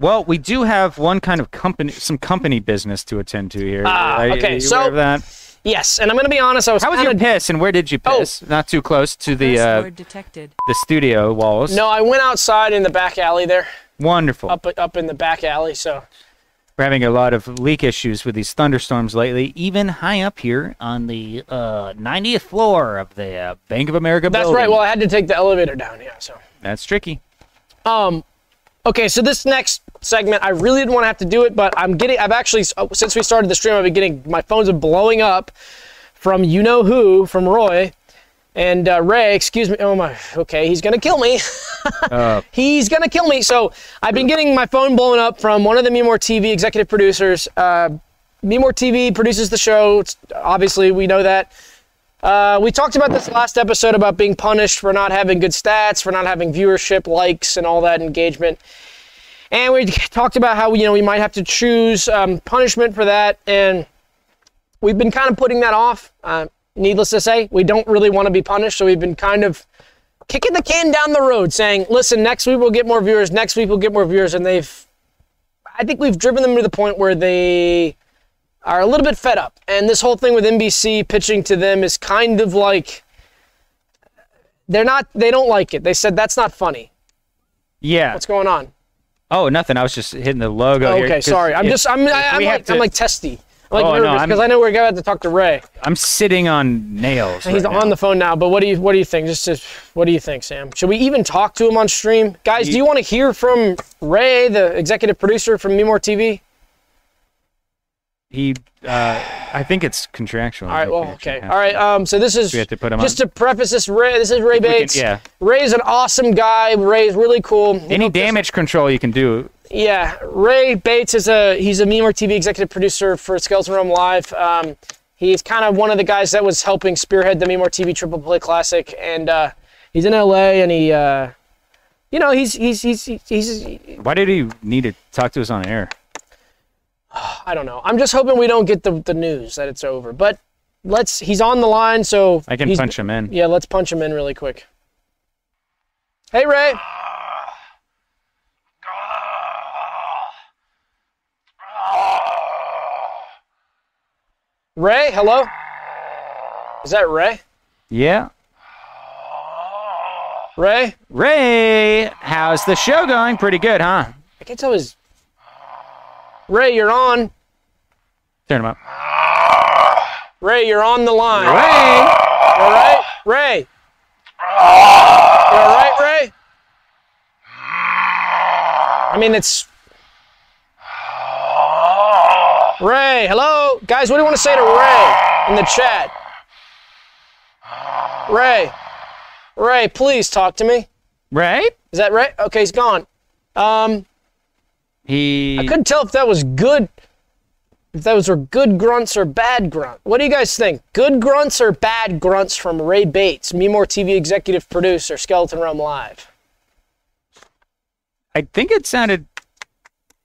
Speaker 2: Well, we do have one kind of company, some company business to attend to here.
Speaker 1: Ah,
Speaker 2: Are you-
Speaker 1: okay,
Speaker 2: are you
Speaker 1: so-
Speaker 2: aware of that,
Speaker 1: Yes, and I'm gonna be honest. I was
Speaker 2: how was your
Speaker 1: kinda-
Speaker 2: piss, and where did you
Speaker 1: Oh.
Speaker 2: piss? Not too close to the
Speaker 3: Curse
Speaker 2: uh,
Speaker 3: word detected.
Speaker 2: the studio walls.
Speaker 1: No, I went outside in the back alley there,
Speaker 2: Wonderful.
Speaker 1: up up in the back alley. So
Speaker 2: We're having a lot of leak issues with these thunderstorms lately, even high up here on the uh, 90th floor of the uh, Bank of America
Speaker 1: that's
Speaker 2: building.
Speaker 1: right. Well, I had to take the elevator down. Yeah. So
Speaker 2: that's tricky.
Speaker 1: okay, so this next segment, I really didn't want to have to do it, but I'm getting. I've actually uh, since we started the stream, I've been getting my phones are blowing up from you know who from Roy. And uh, Ray, excuse me. Oh my. Okay, he's gonna kill me. he's gonna kill me. So I've been getting my phone blown up from one of the Me More TV executive producers. Uh, Me More TV produces the show. It's, obviously, we know that. Uh, we talked about this last episode about being punished for not having good stats, for not having viewership, likes, and all that engagement. And we talked about how you know we might have to choose um, punishment for that, and we've been kind of putting that off. Uh, needless to say, we don't really want to be punished, so we've been kind of kicking the can down the road, saying, "Listen, next week we'll get more viewers. Next week we'll get more viewers." And they've, I think we've driven them to the point where they are a little bit fed up. And this whole thing with NBC pitching to them is kind of like they're not. They don't like it. They said that's not funny.
Speaker 2: Yeah.
Speaker 1: What's going on?
Speaker 2: Oh, nothing. I was just hitting the logo here.
Speaker 1: Oh, okay,
Speaker 2: 'cause
Speaker 1: sorry. I'm
Speaker 2: if-
Speaker 1: just uh, I'm
Speaker 2: if
Speaker 1: I, I'm
Speaker 2: we have
Speaker 1: like I'm
Speaker 2: to-
Speaker 1: like testy. I'm like
Speaker 2: Oh, no,
Speaker 1: nervous
Speaker 2: I'm-
Speaker 1: because I know we're going to talk to Ray.
Speaker 2: I'm sitting on nails.
Speaker 1: He's
Speaker 2: right
Speaker 1: on
Speaker 2: now.
Speaker 1: the phone now. But what do you what do you think? Just, just what do you think, Sam? Should we even talk to him on stream, guys? do you want to hear from Ray, the executive producer from Me More TV?
Speaker 2: He. Uh, I think it's contractual.
Speaker 1: All right. Well, okay. All right. Um. So this is
Speaker 2: we have to put him
Speaker 1: just
Speaker 2: on?
Speaker 1: to preface this. Ray, this is Ray
Speaker 2: we can-
Speaker 1: Bates.
Speaker 2: yeah.
Speaker 1: Ray's an awesome guy. Ray's really cool. He
Speaker 2: Any
Speaker 1: hooked us
Speaker 2: damage control you can do.
Speaker 1: Yeah, Ray Bates is a he's a Memor TV executive producer for Skeleton Realm Live. Um, he's kind of one of the guys that was helping spearhead the Memor TV Triple Play Classic, and uh, he's in LA, and he, uh, you know, he's he's he's he's, he's
Speaker 2: Why did he need to talk to us on air?
Speaker 1: I don't know. I'm just hoping we don't get the, the news that it's over. But let's he's on the line, so
Speaker 2: I can
Speaker 1: he's-
Speaker 2: punch him in.
Speaker 1: Yeah, let's punch him in really quick. Hey Ray, Ray, hello. Is that Ray?
Speaker 2: Yeah.
Speaker 1: Ray,
Speaker 2: Ray, how's the show going? Pretty good, huh?
Speaker 1: I can't tell his. Ray, you're on.
Speaker 2: Turn him up.
Speaker 1: Ray, you're on the line.
Speaker 2: Ray.
Speaker 1: You All right, Ray. You all right, Ray? I mean, it's. Ray, hello, guys. What do you want to say to Ray in the chat? Ray, Ray, please talk to me.
Speaker 2: Ray.
Speaker 1: Is that right? Okay, he's gone. Um,
Speaker 2: He.
Speaker 1: I couldn't tell if that was good. If those were good grunts or bad grunt. What do you guys think? Good grunts or bad grunts from Ray Bates, Me More TV executive producer, Skeleton Realm Live.
Speaker 2: I think it sounded.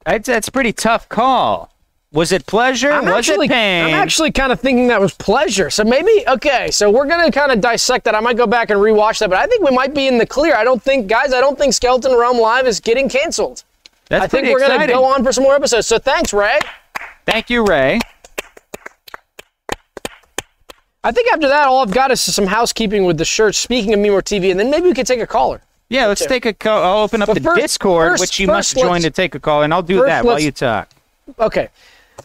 Speaker 2: I, that's a pretty tough call. Was it pleasure?
Speaker 1: I'm
Speaker 2: was
Speaker 1: actually,
Speaker 2: it pain?
Speaker 1: I'm actually kind of thinking that was pleasure. So maybe okay. So we're gonna kind of dissect that. I might go back and rewatch that, but I think we might be in the clear. I don't think, guys. I don't think Skeleton Realm Live is getting canceled.
Speaker 2: That's
Speaker 1: I think
Speaker 2: pretty
Speaker 1: we're gonna
Speaker 2: exciting.
Speaker 1: go on for some more episodes. So thanks, Ray.
Speaker 2: Thank you, Ray.
Speaker 1: I think after that, all I've got is some housekeeping with the shirts. Speaking of Memor TV, and then maybe we could take a caller.
Speaker 2: Yeah, let's take a call. I'll open up
Speaker 1: But
Speaker 2: the
Speaker 1: first-
Speaker 2: Discord,
Speaker 1: first-
Speaker 2: which you
Speaker 1: first
Speaker 2: must join
Speaker 1: let's-
Speaker 2: to take a call, and I'll do
Speaker 1: first
Speaker 2: that while
Speaker 1: let's-
Speaker 2: you talk.
Speaker 1: Okay.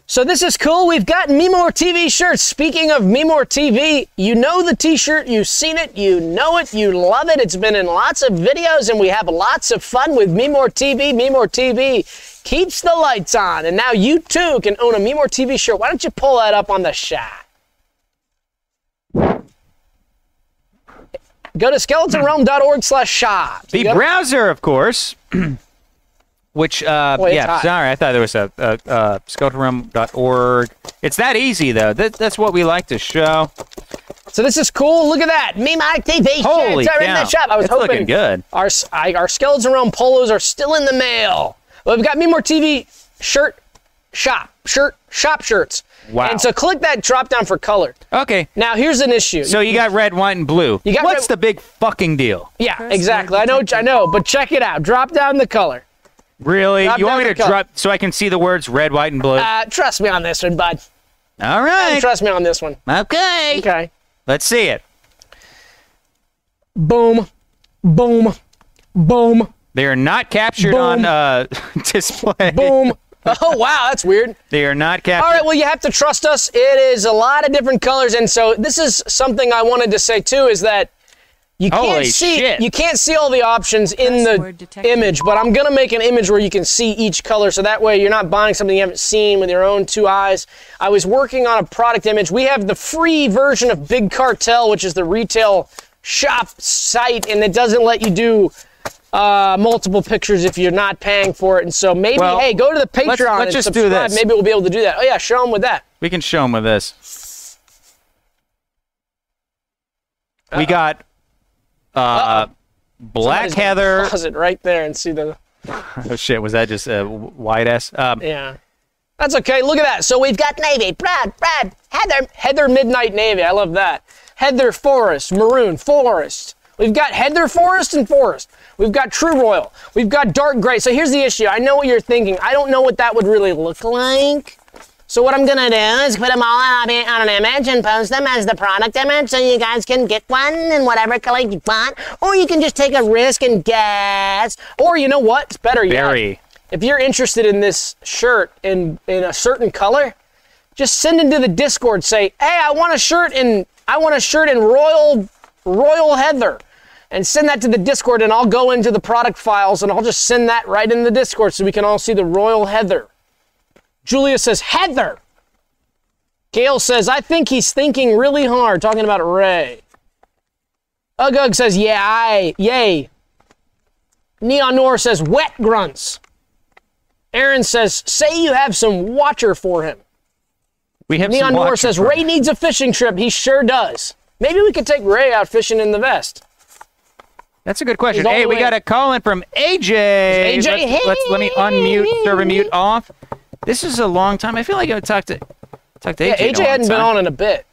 Speaker 1: So this is cool. We've got Memor TV shirts. Speaking of Memor TV, you know the t-shirt, you've seen it, you know it, you love it. It's been in lots of videos and we have lots of fun with Memor TV. Memor TV keeps the lights on. And now you too can own a Memor TV shirt. Why don't you pull that up on the shot? Go to skeletonrealm.org slash shop.
Speaker 2: The browser, of course. Which, uh,
Speaker 1: Boy, it's
Speaker 2: yeah,
Speaker 1: hot.
Speaker 2: sorry, I thought there was a, a, uh, a skeletonroom.org. It's that easy, though. That, that's what we like to show.
Speaker 1: So this is cool. Look at that. Me my TV
Speaker 2: Holy
Speaker 1: shirts are in
Speaker 2: cow.
Speaker 1: the shop. I was
Speaker 2: It's
Speaker 1: hoping
Speaker 2: looking good.
Speaker 1: Our I, our skeleton realm polos are still in the mail. Well, we've got me more TV shirt shop shirt shop shirts.
Speaker 2: Wow.
Speaker 1: And so click that drop down for color.
Speaker 2: Okay,
Speaker 1: Now here's an issue.
Speaker 2: so you got red, white, and blue.
Speaker 1: You got
Speaker 2: What's
Speaker 1: red-
Speaker 2: the big fucking deal?
Speaker 1: yeah,
Speaker 3: Press
Speaker 1: exactly. I
Speaker 3: word
Speaker 1: know I
Speaker 3: detected.
Speaker 1: know, but check it out. Drop down the color.
Speaker 2: Really?
Speaker 1: Drop
Speaker 2: you
Speaker 1: down
Speaker 2: want me
Speaker 1: the
Speaker 2: to
Speaker 1: color.
Speaker 2: drop so I can see the words red, white, and blue?
Speaker 1: Uh, trust me on this one, bud.
Speaker 2: All right.
Speaker 1: Trust me on this one.
Speaker 2: Okay.
Speaker 1: Okay.
Speaker 2: Let's see it.
Speaker 1: Boom. Boom. Boom.
Speaker 2: They are not captured
Speaker 1: Boom.
Speaker 2: on uh, display.
Speaker 1: Boom. oh wow, that's weird.
Speaker 2: They are not captured.
Speaker 1: All right, well, you have to trust us. It is a lot of different colors, and so this is something I wanted to say too is that you can't
Speaker 2: Holy
Speaker 1: see
Speaker 2: shit.
Speaker 1: you can't see all the options in
Speaker 3: Password
Speaker 1: the
Speaker 3: detected.
Speaker 1: image, but I'm gonna make an image where you can see each color, so that way you're not buying something you haven't seen with your own two eyes. I was working on a product image. We have the free version of Big Cartel, which is the retail shop site, and it doesn't let you do. Uh, multiple pictures if you're not paying for it, and so maybe
Speaker 2: Well,
Speaker 1: hey, go to the Patreon
Speaker 2: let's- let's
Speaker 1: and
Speaker 2: just do
Speaker 1: subscribe.
Speaker 2: this.
Speaker 1: Maybe we'll be able to do that. Oh yeah, show them with that.
Speaker 2: We can show them with this. We got uh, Black
Speaker 1: Somebody's gonna
Speaker 2: Heather.
Speaker 1: pause it right there and see the
Speaker 2: Oh shit, was that just a white ass? Um,
Speaker 1: yeah. That's okay. Look at that. So we've got Navy, Brad, Brad, Heather, Heather Midnight Navy. I love that. Heather Forest, Maroon Forest. We've got Heather Forest and Forest. We've got True Royal. We've got Dark Gray. So here's the issue. I know what you're thinking. I don't know what that would really look like. So what I'm gonna do is put them all on, a- on an image and post them as the product image, so you guys can get one in whatever color you want, or you can just take a risk and guess. Or you know what? It's better yet.
Speaker 2: Barry.
Speaker 1: If you're interested in this shirt in in a certain color, just send into the Discord. Say, hey, I want a shirt in I want a shirt in royal royal heather, and send that to the Discord, and I'll go into the product files and I'll just send that right in the Discord so we can all see the royal heather. Julia says Heather. Gail says I think he's thinking really hard, talking about Ray. Ugg Ugg says yeah, I yay. Neon Noir says wet grunts. Aaron says say you have some watcher for him.
Speaker 2: we have
Speaker 1: Neon
Speaker 2: some
Speaker 1: Noir
Speaker 2: watchers
Speaker 1: says
Speaker 2: for-
Speaker 1: Ray needs a fishing trip. He sure does. Maybe we could take Ray out fishing in the vest.
Speaker 2: That's a good question.
Speaker 1: He's all
Speaker 2: Hey,
Speaker 1: the
Speaker 2: we
Speaker 1: way-
Speaker 2: got a call in from AJ.
Speaker 1: AJ,
Speaker 2: let's,
Speaker 1: hey.
Speaker 2: let's- let me unmute server mute off. This is a long time. I feel like I haven't talked to talked to
Speaker 1: Yeah,
Speaker 2: AJ. in
Speaker 1: AJ
Speaker 2: a long
Speaker 1: hadn't been
Speaker 2: time.
Speaker 1: on in a bit.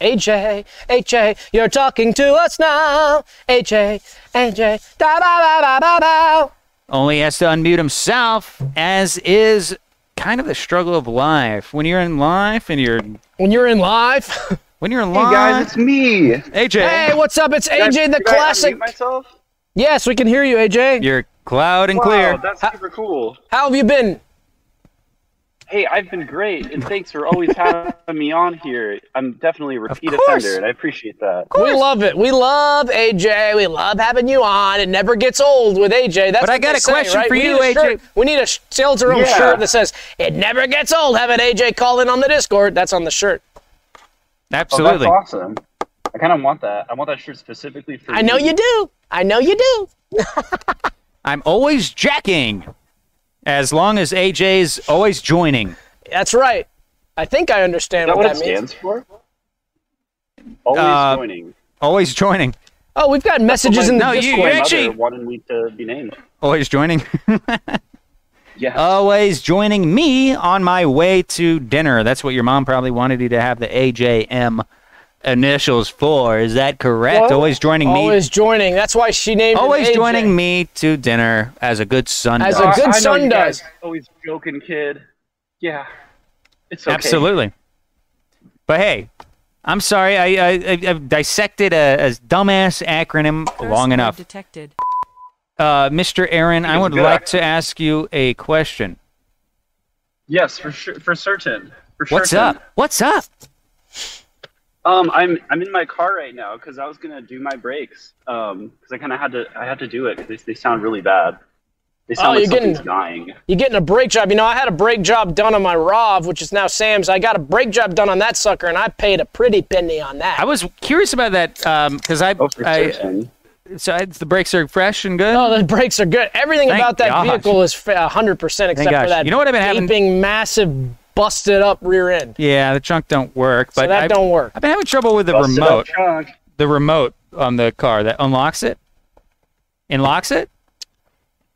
Speaker 1: AJ, AJ, you're talking to us now. AJ, AJ, da da da da da da.
Speaker 2: only has to unmute himself, as is kind of the struggle of life. When you're in life and you're
Speaker 1: When you're in live.
Speaker 2: when you're in
Speaker 4: Hey
Speaker 2: live,
Speaker 4: guys, it's me.
Speaker 2: AJ,
Speaker 1: hey, what's up? It's
Speaker 4: Guys,
Speaker 1: AJ Uh, the
Speaker 4: did I unmute
Speaker 1: classic.
Speaker 4: myself?
Speaker 1: Yes, we can hear you, AJ.
Speaker 2: you're cloud and clear.
Speaker 4: Wow, oh, that's super cool.
Speaker 1: How have you been?
Speaker 4: Hey, I've been great, and thanks for always having me on here. I'm definitely a repeat
Speaker 2: course.
Speaker 4: offender, and I appreciate that.
Speaker 1: We love it. We love AJ. We love having you on. It never gets old with AJ. That's
Speaker 2: But I
Speaker 1: what
Speaker 2: got
Speaker 1: they
Speaker 2: a
Speaker 1: say,
Speaker 2: question
Speaker 1: right?
Speaker 2: for
Speaker 1: we
Speaker 2: you,
Speaker 1: need a
Speaker 2: AJ.
Speaker 1: Shirt. We need a sales room
Speaker 4: Yeah.
Speaker 1: shirt that says "It never gets old." Having AJ call in on the Discord. That's on the shirt.
Speaker 4: Oh,
Speaker 2: Absolutely.
Speaker 4: that's awesome. I kind of want that. I want that shirt specifically for
Speaker 1: I know you do. I know you do.
Speaker 2: I'm always jacking. As long as AJ's always joining.
Speaker 1: That's right. I think I understand
Speaker 4: that
Speaker 1: what
Speaker 4: what
Speaker 1: that
Speaker 4: it
Speaker 1: means.
Speaker 4: stands for? Always
Speaker 2: Uh,
Speaker 4: joining.
Speaker 2: Always joining.
Speaker 1: Oh, we've got messages in the
Speaker 2: No, you-
Speaker 1: Discord.
Speaker 4: My mother
Speaker 2: actually-
Speaker 4: wanted me to be named.
Speaker 2: Always joining.
Speaker 4: Yeah.
Speaker 1: Uh,
Speaker 2: always joining me on my way to dinner. That's what your mom probably wanted you to have the AJM initials for. Is that correct? Always joining me.
Speaker 1: Always joining. That's why she named.
Speaker 2: Always
Speaker 1: it AJ.
Speaker 2: joining me to dinner as a good son.
Speaker 1: As a
Speaker 2: does.
Speaker 1: good
Speaker 4: I know
Speaker 1: son
Speaker 4: you
Speaker 1: does.
Speaker 4: guys Always joking, kid. Yeah. It's okay.
Speaker 2: Absolutely. But hey, I'm sorry. I, I I- I've dissected a, a dumbass acronym
Speaker 3: First
Speaker 2: long
Speaker 3: word
Speaker 2: enough.
Speaker 3: Detected.
Speaker 2: Uh, Mr. Aaron, I
Speaker 4: It's
Speaker 2: would
Speaker 4: good.
Speaker 2: like to ask you a question.
Speaker 4: Yes, for sure, for certain. For
Speaker 2: What's
Speaker 4: certain.
Speaker 2: up? What's up?
Speaker 4: Um, I'm I'm in my car right now because I was gonna do my brakes. Um, because I kind of had to I had to do it because they, they sound really bad. They sound like
Speaker 1: Oh, you're getting-
Speaker 4: something's dying.
Speaker 1: You're getting a brake job. You know, I had a brake job done on my Rov, which is now Sam's. I got a brake job done on that sucker, and I paid a pretty penny on that.
Speaker 2: I was curious about that because I,
Speaker 4: Oh, for
Speaker 2: I
Speaker 4: certain.
Speaker 2: so I, the brakes are fresh and good.
Speaker 1: Oh, the brakes are good. Everything
Speaker 2: Thank
Speaker 1: about that
Speaker 2: gosh.
Speaker 1: vehicle is fa- 100% except for
Speaker 2: gosh.
Speaker 1: that
Speaker 2: You know what I've been having-
Speaker 1: gaping, massive, busted up rear end.
Speaker 2: Yeah, the trunk don't work. But
Speaker 1: So that
Speaker 2: I,
Speaker 1: don't work.
Speaker 2: I've been having trouble with the
Speaker 4: Busted up
Speaker 2: remote.
Speaker 4: trunk.
Speaker 2: The remote on the car that unlocks it, unlocks it.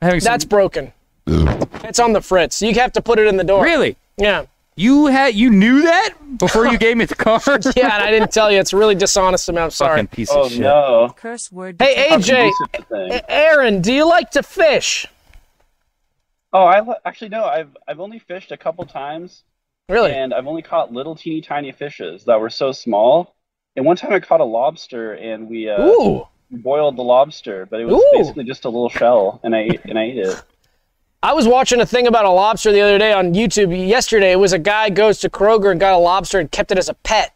Speaker 2: I'm having some-
Speaker 1: That's broken. it's on the fritz. You have to put it in the door.
Speaker 2: really.
Speaker 1: Yeah.
Speaker 2: You had you knew that before you gave me the car.
Speaker 1: Yeah, and I didn't tell you. It's really dishonest of me. I'm sorry.
Speaker 2: Fucking piece
Speaker 4: Oh
Speaker 2: of shit.
Speaker 4: no.
Speaker 3: Curse word
Speaker 1: Hey,
Speaker 3: detected.
Speaker 1: AJ,
Speaker 4: Lucid thing.
Speaker 1: A- Aaron, do you like to fish?
Speaker 4: Oh, I li- actually no. I've I've only fished a couple times,
Speaker 1: Really?
Speaker 4: and I've only caught little teeny tiny fishes that were so small. And one time I caught a lobster, and we uh,
Speaker 1: Ooh.
Speaker 4: boiled the lobster, but it was
Speaker 1: Ooh.
Speaker 4: basically just a little shell, and I ate, and I ate it.
Speaker 1: I was watching a thing about a lobster the other day on YouTube. Yesterday, it was a guy goes to Kroger and got a lobster and kept it as a pet.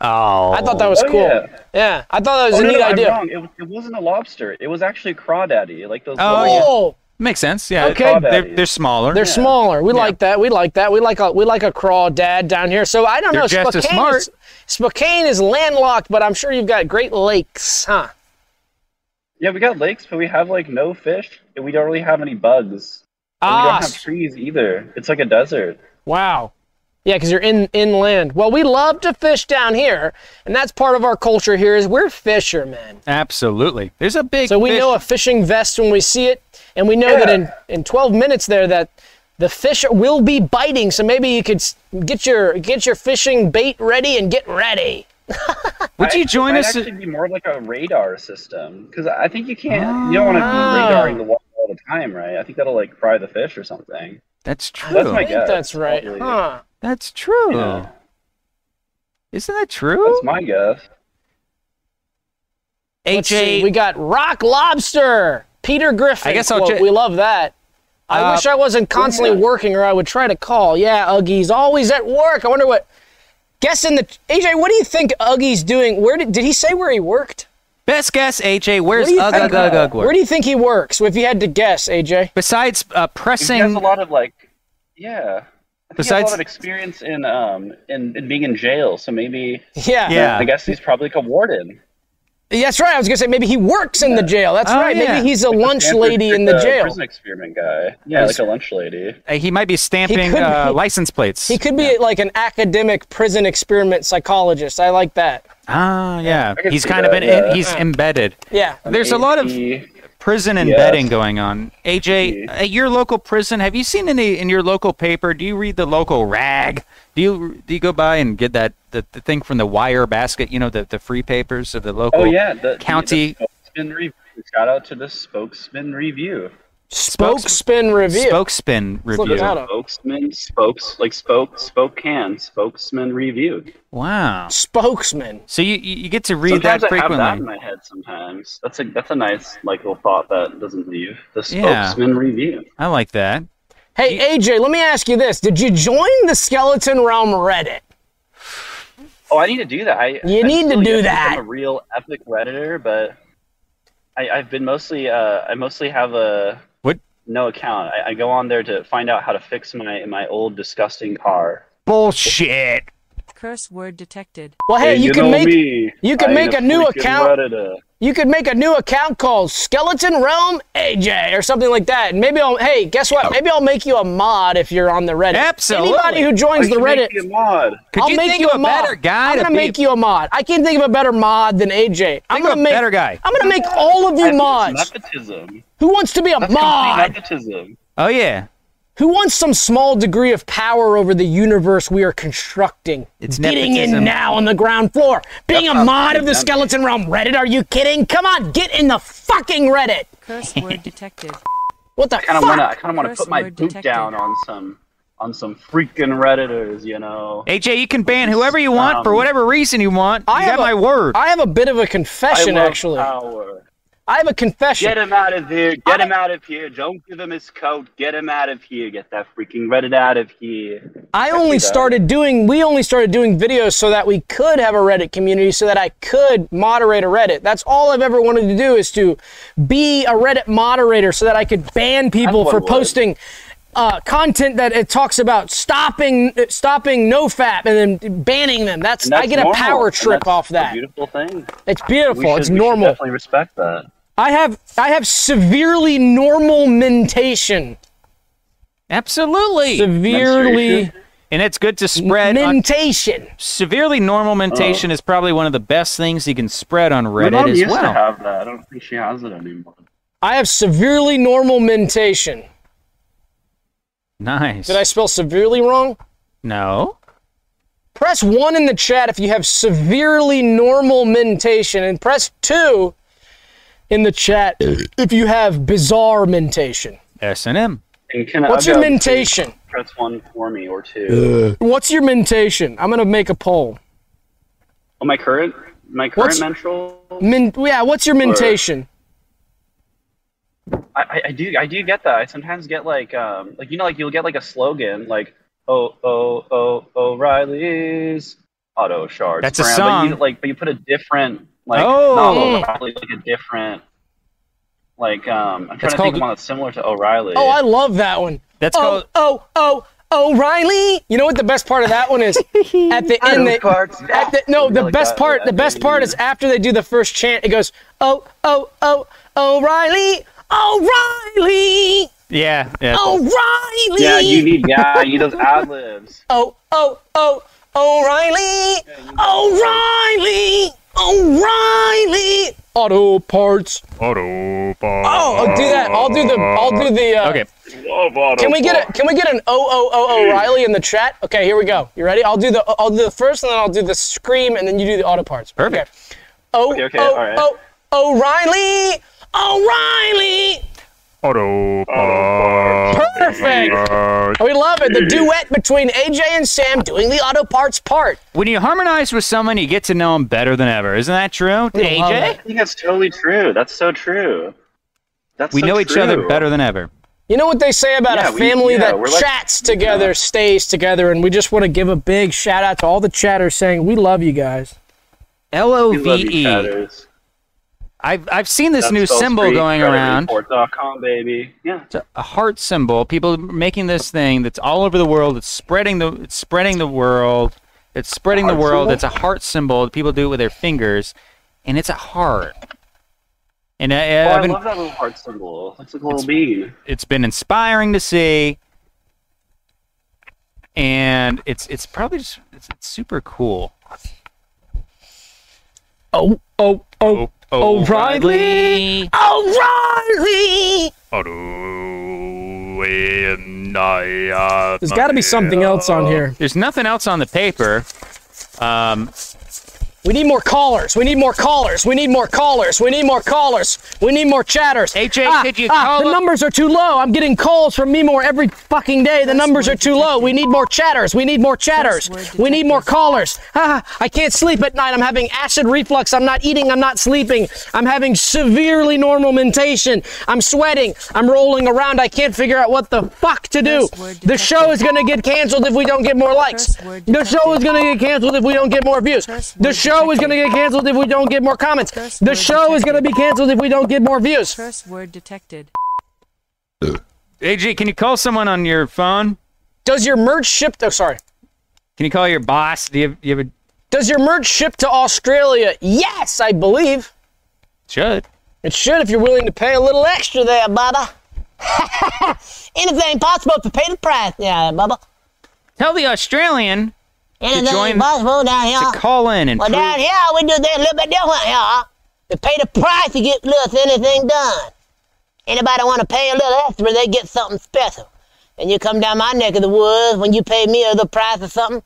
Speaker 2: Oh,
Speaker 1: I thought that was
Speaker 4: Oh,
Speaker 1: cool.
Speaker 4: yeah.
Speaker 1: Yeah, I thought that was
Speaker 4: Oh,
Speaker 1: a
Speaker 4: no,
Speaker 1: neat
Speaker 4: no, I'm
Speaker 1: idea.
Speaker 4: wrong. It, was- it wasn't a lobster. It was actually a crawdaddy, like those.
Speaker 2: Oh,
Speaker 4: little-
Speaker 1: Oh,
Speaker 2: makes sense. Yeah,
Speaker 1: Okay.
Speaker 2: they're, they're smaller.
Speaker 1: they're smaller. We like that. We like that. We like a we like a crawl dad down here. So I don't
Speaker 2: They're
Speaker 1: know.
Speaker 2: just as
Speaker 1: Spokane
Speaker 2: smart.
Speaker 1: Is, Spokane is landlocked, but I'm sure you've got Great Lakes, huh?
Speaker 4: yeah. We got lakes, but we have like no fish, and we don't really have any bugs. And we
Speaker 1: Ah,
Speaker 4: don't have trees either. It's like a desert.
Speaker 1: Wow. Yeah, because you're in inland. Well, we love to fish down here, and that's part of our culture here is we're fishermen.
Speaker 2: absolutely. There's a big.
Speaker 1: So we
Speaker 2: fish-
Speaker 1: know a fishing vest when we see it, and we know that in, in 12 minutes there that the fish will be biting. So maybe you could s- get your get your fishing bait ready and get ready.
Speaker 2: Would you
Speaker 4: I-
Speaker 2: join
Speaker 4: I'd
Speaker 2: us?
Speaker 4: Actually, be more like a radar system because I think you can't. You don't want to be
Speaker 2: Ah.
Speaker 4: radaring the water all the time, right? I think that'll like fry the fish or something.
Speaker 2: That's true.
Speaker 4: That's my
Speaker 1: I think
Speaker 4: guess,
Speaker 1: that's right.
Speaker 4: probably.
Speaker 1: Huh.
Speaker 2: That's true.
Speaker 4: Yeah.
Speaker 2: Isn't that true?
Speaker 4: That's my guess.
Speaker 1: Let's see, we got rock lobster. Peter Griffin.
Speaker 2: I guess I'll
Speaker 1: quote.
Speaker 2: check-
Speaker 1: we love that. I
Speaker 2: Uh,
Speaker 1: wish I wasn't constantly working, or I would try to call. Yeah, Uggie's always at work. I wonder what. Guessing the AJ. What do you think Uggie's doing? Where did did he say where he worked?
Speaker 2: Best guess, AJ. Where's
Speaker 1: What do you
Speaker 2: Ugg
Speaker 1: think-
Speaker 2: Ugg Ugg Ugg
Speaker 1: Where
Speaker 2: work?
Speaker 1: do you think he works? If you had to guess, AJ.
Speaker 2: Besides uh,
Speaker 4: He has
Speaker 2: pressing,
Speaker 4: a lot of like, yeah. I think he has a
Speaker 2: Besides-
Speaker 4: lot of experience in um in, in being in jail, so maybe
Speaker 1: Yeah.
Speaker 2: Yeah.
Speaker 4: I guess he's probably like a warden.
Speaker 1: That's right. I was gonna say maybe he works in the jail. That's
Speaker 2: Oh,
Speaker 1: right.
Speaker 2: yeah.
Speaker 1: Maybe he's a lunch
Speaker 4: Stanford
Speaker 1: lady in the
Speaker 4: uh,
Speaker 1: jail.
Speaker 4: Prison experiment guy. Yeah, like a lunch lady.
Speaker 2: uh, he might be stamping
Speaker 1: could
Speaker 2: uh,
Speaker 1: be-
Speaker 2: license plates.
Speaker 1: He could be like an academic prison experiment psychologist. I like that.
Speaker 2: ah, yeah.
Speaker 4: can
Speaker 2: He's
Speaker 4: see
Speaker 2: kind of
Speaker 4: that,
Speaker 2: been
Speaker 4: yeah.
Speaker 2: in, he's embedded.
Speaker 1: Yeah.
Speaker 2: There's a lot of
Speaker 4: AP.
Speaker 2: prison
Speaker 4: Yes.
Speaker 2: embedding going on. AJ,
Speaker 4: Yeah.
Speaker 2: at your local prison, have you seen any in your local paper? Do you read the local rag? Do you do you go by and get that the, the thing from the wire basket? You know the, the free papers of the local.
Speaker 4: Oh yeah, the
Speaker 2: County-
Speaker 4: The, spokesman review. Shout out to the spokesman review.
Speaker 1: Spokesman review.
Speaker 2: Spokespin review.
Speaker 1: Look that up.
Speaker 4: Spokesman, spokes, like spoke, Spokane, spokesman review.
Speaker 2: Wow.
Speaker 1: Spokesman.
Speaker 2: So you you you get to read
Speaker 4: sometimes
Speaker 2: that
Speaker 4: I have
Speaker 2: frequently.
Speaker 4: that in my head. Sometimes that's a that's a nice like little thought that doesn't leave. The
Speaker 2: Yeah.
Speaker 4: spokesman review.
Speaker 2: I like that.
Speaker 1: Hey AJ, let me ask you this: Did you join the Skeleton Realm Reddit?
Speaker 4: Oh, I need to do that. I,
Speaker 1: You
Speaker 4: I
Speaker 1: need to
Speaker 4: still
Speaker 1: do
Speaker 4: yet become
Speaker 1: that.
Speaker 4: A real epic redditor, but I, I've been mostly uh, I mostly have a
Speaker 2: What
Speaker 4: no account. I, I go on there to find out how to fix my my old disgusting car.
Speaker 2: bullshit?
Speaker 3: Curse word detected.
Speaker 1: Well, hey, you, can make
Speaker 4: me.
Speaker 1: you can
Speaker 4: I ain't
Speaker 1: make a new
Speaker 4: freaking
Speaker 1: account.
Speaker 4: Redditor.
Speaker 1: You could make a new account called Skeleton Realm AJ or something like that. And maybe I'll hey, guess
Speaker 4: Oh.
Speaker 1: what? Maybe I'll make you a mod if you're on the Reddit.
Speaker 2: Absolutely.
Speaker 1: Anybody who joins the Reddit,
Speaker 4: Make me a mod.
Speaker 2: Could
Speaker 1: I'll
Speaker 2: you
Speaker 1: make
Speaker 2: think
Speaker 1: you
Speaker 2: of
Speaker 1: a,
Speaker 2: a
Speaker 1: mod.
Speaker 2: better guy
Speaker 1: I'm
Speaker 2: to
Speaker 1: gonna
Speaker 2: be-
Speaker 1: make you a mod. I can't think of a better mod than AJ. I'm
Speaker 2: Think of
Speaker 1: gonna
Speaker 2: a
Speaker 1: make
Speaker 2: better guy.
Speaker 1: I'm gonna make all of you
Speaker 4: That's
Speaker 1: mods.
Speaker 4: Nepotism.
Speaker 1: Who wants to be a
Speaker 4: That's
Speaker 1: mod?
Speaker 4: complete nepotism.
Speaker 2: Oh yeah,
Speaker 1: Who wants some small degree of power over the universe we are constructing?
Speaker 2: It's
Speaker 1: getting in
Speaker 2: nepotism.
Speaker 1: now on the ground floor. Being a mod of the skeleton realm. Reddit, are you kidding? Come on, get in the fucking Reddit.
Speaker 3: Curse word detected.
Speaker 1: What the
Speaker 4: Kind
Speaker 1: fuck?
Speaker 4: of wanna, I kind of want to
Speaker 3: Curse
Speaker 4: put my
Speaker 3: word
Speaker 4: boot
Speaker 3: detected.
Speaker 4: down on some, on some freaking redditors, you know.
Speaker 2: AJ, you can ban whoever you want for
Speaker 4: Um,
Speaker 2: whatever reason you want.
Speaker 1: I
Speaker 2: you
Speaker 1: have
Speaker 2: got
Speaker 1: a-
Speaker 2: my word.
Speaker 1: I have a bit of a
Speaker 4: I uh,
Speaker 1: confession,
Speaker 4: love
Speaker 1: actually.
Speaker 4: Power.
Speaker 1: I have a confession.
Speaker 4: Get him out of here! Get
Speaker 1: I-
Speaker 4: him out of here! Don't give him his coat! Get him out of here! Get that freaking Reddit out of here!
Speaker 1: I only
Speaker 4: that.
Speaker 1: started doing, we only started doing videos so that we could have a Reddit community, so that I could moderate a Reddit. That's all I've ever wanted to do is to be a Reddit moderator so that I could ban people
Speaker 4: That's
Speaker 1: for
Speaker 4: what it was.
Speaker 1: posting uh, content that it talks about stopping, stopping nofap and then banning them. That's,
Speaker 4: And that's
Speaker 1: I get a
Speaker 4: normal,
Speaker 1: power
Speaker 4: and
Speaker 1: trip
Speaker 4: that's
Speaker 1: off
Speaker 4: a
Speaker 1: that.
Speaker 4: beautiful thing.
Speaker 1: It's
Speaker 4: We
Speaker 1: beautiful.
Speaker 4: should-
Speaker 1: it's
Speaker 4: we should
Speaker 1: normal.
Speaker 4: definitely respect that.
Speaker 1: I have, I have severely normal mentation.
Speaker 2: Absolutely.
Speaker 1: Severely
Speaker 4: Menstruation?
Speaker 2: and it's good to spread. on-
Speaker 1: mentation.
Speaker 2: severely normal mentation is probably one of the best things you can spread on
Speaker 4: Uh-huh. My
Speaker 2: Reddit
Speaker 4: mom
Speaker 2: as
Speaker 4: used to
Speaker 2: well.
Speaker 4: have that. I don't think she has it anymore.
Speaker 1: I have severely normal mentation.
Speaker 2: Nice.
Speaker 1: Did I spell severely wrong?
Speaker 2: No.
Speaker 1: Press one in the chat if you have severely normal mentation, and press two in the chat if you have bizarre mentation.
Speaker 2: S and M.
Speaker 4: And can
Speaker 1: What's your
Speaker 4: I've got-
Speaker 1: mentation?
Speaker 4: Press one for me or two.
Speaker 1: What's your mentation? I'm gonna make a poll.
Speaker 4: Oh, my current, my current
Speaker 1: What's-
Speaker 4: menstrual.
Speaker 1: Min- yeah, what's your mentation?
Speaker 4: I, I, I do, I do get that. I sometimes get like, um, like you know, like you'll get like a slogan, like, oh, oh, oh, O'Reilly's auto shards.
Speaker 2: That's a
Speaker 4: brand," But you,
Speaker 2: song.
Speaker 4: like, but you put a different, like,
Speaker 2: Oh.
Speaker 4: not O'Reilly, like a different, like, um, I'm trying to think
Speaker 2: called-
Speaker 4: of one that's similar to O'Reilly.
Speaker 1: Oh, I love that one.
Speaker 2: That's
Speaker 1: oh,
Speaker 2: called-
Speaker 1: oh, oh, O'Reilly. You know what the best part of that one is? At the end, they,
Speaker 4: parts.
Speaker 1: at the, no, the
Speaker 4: Really
Speaker 1: best
Speaker 4: got
Speaker 1: part.
Speaker 4: that
Speaker 1: The best part
Speaker 4: thing.
Speaker 1: is after they do the first chant. It goes, oh, oh, oh, O'Reilly, O'Reilly,
Speaker 2: Yeah. yeah.
Speaker 1: Oh. O'Reilly.
Speaker 4: Yeah, you need yeah, you need those ad libs.
Speaker 1: Oh, oh, oh, O'Reilly, O'Reilly, O'Reilly. Auto parts. Oh, I'll do that. I'll do the. I'll do the. Uh,
Speaker 2: Okay.
Speaker 4: Oh,
Speaker 1: Can we get a? Can we get an oh oh oh O'Reilly in the chat? Okay, here we go. You ready? I'll do the. I'll do the first, and then I'll do the scream, and then you do the auto parts.
Speaker 2: Perfect.
Speaker 1: Okay. Oh
Speaker 4: Okay, okay,
Speaker 1: oh
Speaker 4: all right.
Speaker 1: oh O'Reilly O'Reilly. Perfect. We love it. The duet between AJ and Sam doing the auto parts part.
Speaker 2: When you harmonize with someone, you get to know them better than ever. Isn't that true, AJ?
Speaker 4: I think that's totally true. That's so true. That's
Speaker 2: We
Speaker 4: so
Speaker 2: know each other
Speaker 4: true.
Speaker 2: better than ever.
Speaker 1: You know what they say about
Speaker 4: Yeah,
Speaker 1: a
Speaker 4: we-
Speaker 1: family
Speaker 4: yeah, we're
Speaker 1: that
Speaker 4: like-
Speaker 1: chats together stays together, and we just want to give a big shout out to all the chatters saying we love you guys.
Speaker 2: L O
Speaker 4: We love
Speaker 2: V
Speaker 4: each
Speaker 2: E.
Speaker 4: other's.
Speaker 2: I've I've seen this
Speaker 4: That's
Speaker 2: new
Speaker 4: Soul
Speaker 2: symbol
Speaker 4: Street,
Speaker 2: going
Speaker 4: Reddit
Speaker 2: around.
Speaker 4: Report.com, baby. Yeah.
Speaker 2: It's a heart symbol. People making this thing that's all over the world. It's spreading the it's spreading the world. It's spreading the
Speaker 4: Heart
Speaker 2: world.
Speaker 4: symbol?
Speaker 2: It's a heart symbol. People do it with their fingers, and it's a heart. And I,
Speaker 4: Oh,
Speaker 2: I've
Speaker 4: I
Speaker 2: been,
Speaker 4: love that little heart symbol. Looks like a little bean.
Speaker 2: it's been inspiring to see, and it's it's probably just it's, it's super cool.
Speaker 1: Oh oh oh
Speaker 2: oh,
Speaker 1: O'Reilly. O'Reilly. There's got to be something else on here.
Speaker 2: There's nothing else on the paper. Um,
Speaker 1: We need more callers. We need more callers. We need more callers. We need more callers. We need more chatters.
Speaker 2: AJ, could you
Speaker 1: ah,
Speaker 2: call
Speaker 1: The
Speaker 2: up-
Speaker 1: numbers are too low. I'm getting calls from Memore every fucking day. The numbers are too low. We need more chatters. We need more chatters.
Speaker 3: Password
Speaker 1: We need more
Speaker 3: detected.
Speaker 1: callers. Ah, I can't sleep at night. I'm having acid reflux. I'm not eating. I'm not sleeping. I'm having severely normal mentation. I'm sweating. I'm rolling around. I can't figure out what the fuck to do.
Speaker 3: Password
Speaker 1: The show is gonna get canceled if we don't get more likes.
Speaker 3: Password
Speaker 1: The show is
Speaker 3: detected.
Speaker 1: gonna get canceled if we don't get more views. The
Speaker 3: Password
Speaker 1: show is
Speaker 3: detected.
Speaker 1: gonna get canceled if we don't get more comments. The
Speaker 3: Password
Speaker 1: show is gonna be
Speaker 3: detected.
Speaker 1: canceled if we don't get more views.
Speaker 3: Curse word detected.
Speaker 2: AJ, can you call someone on your phone?
Speaker 1: Does your merch ship? Oh, sorry.
Speaker 2: Can you call your boss? Do you, have- you have a
Speaker 1: Does your merch ship to Australia? Yes, I believe.
Speaker 2: Should.
Speaker 1: It should if you're willing to pay a little extra there, Bubba. Anything possible to pay the price there, Bubba.
Speaker 2: Tell the Australian
Speaker 1: Anything
Speaker 2: join-
Speaker 1: possible down here.
Speaker 4: Oh.
Speaker 2: to call in and
Speaker 1: Well,
Speaker 2: prove-
Speaker 1: down here we do things a little bit different here. They pay the price to get little anything done. Anybody want to pay a little extra, they get something special. And you come down my neck of the woods when you pay me a little price or something.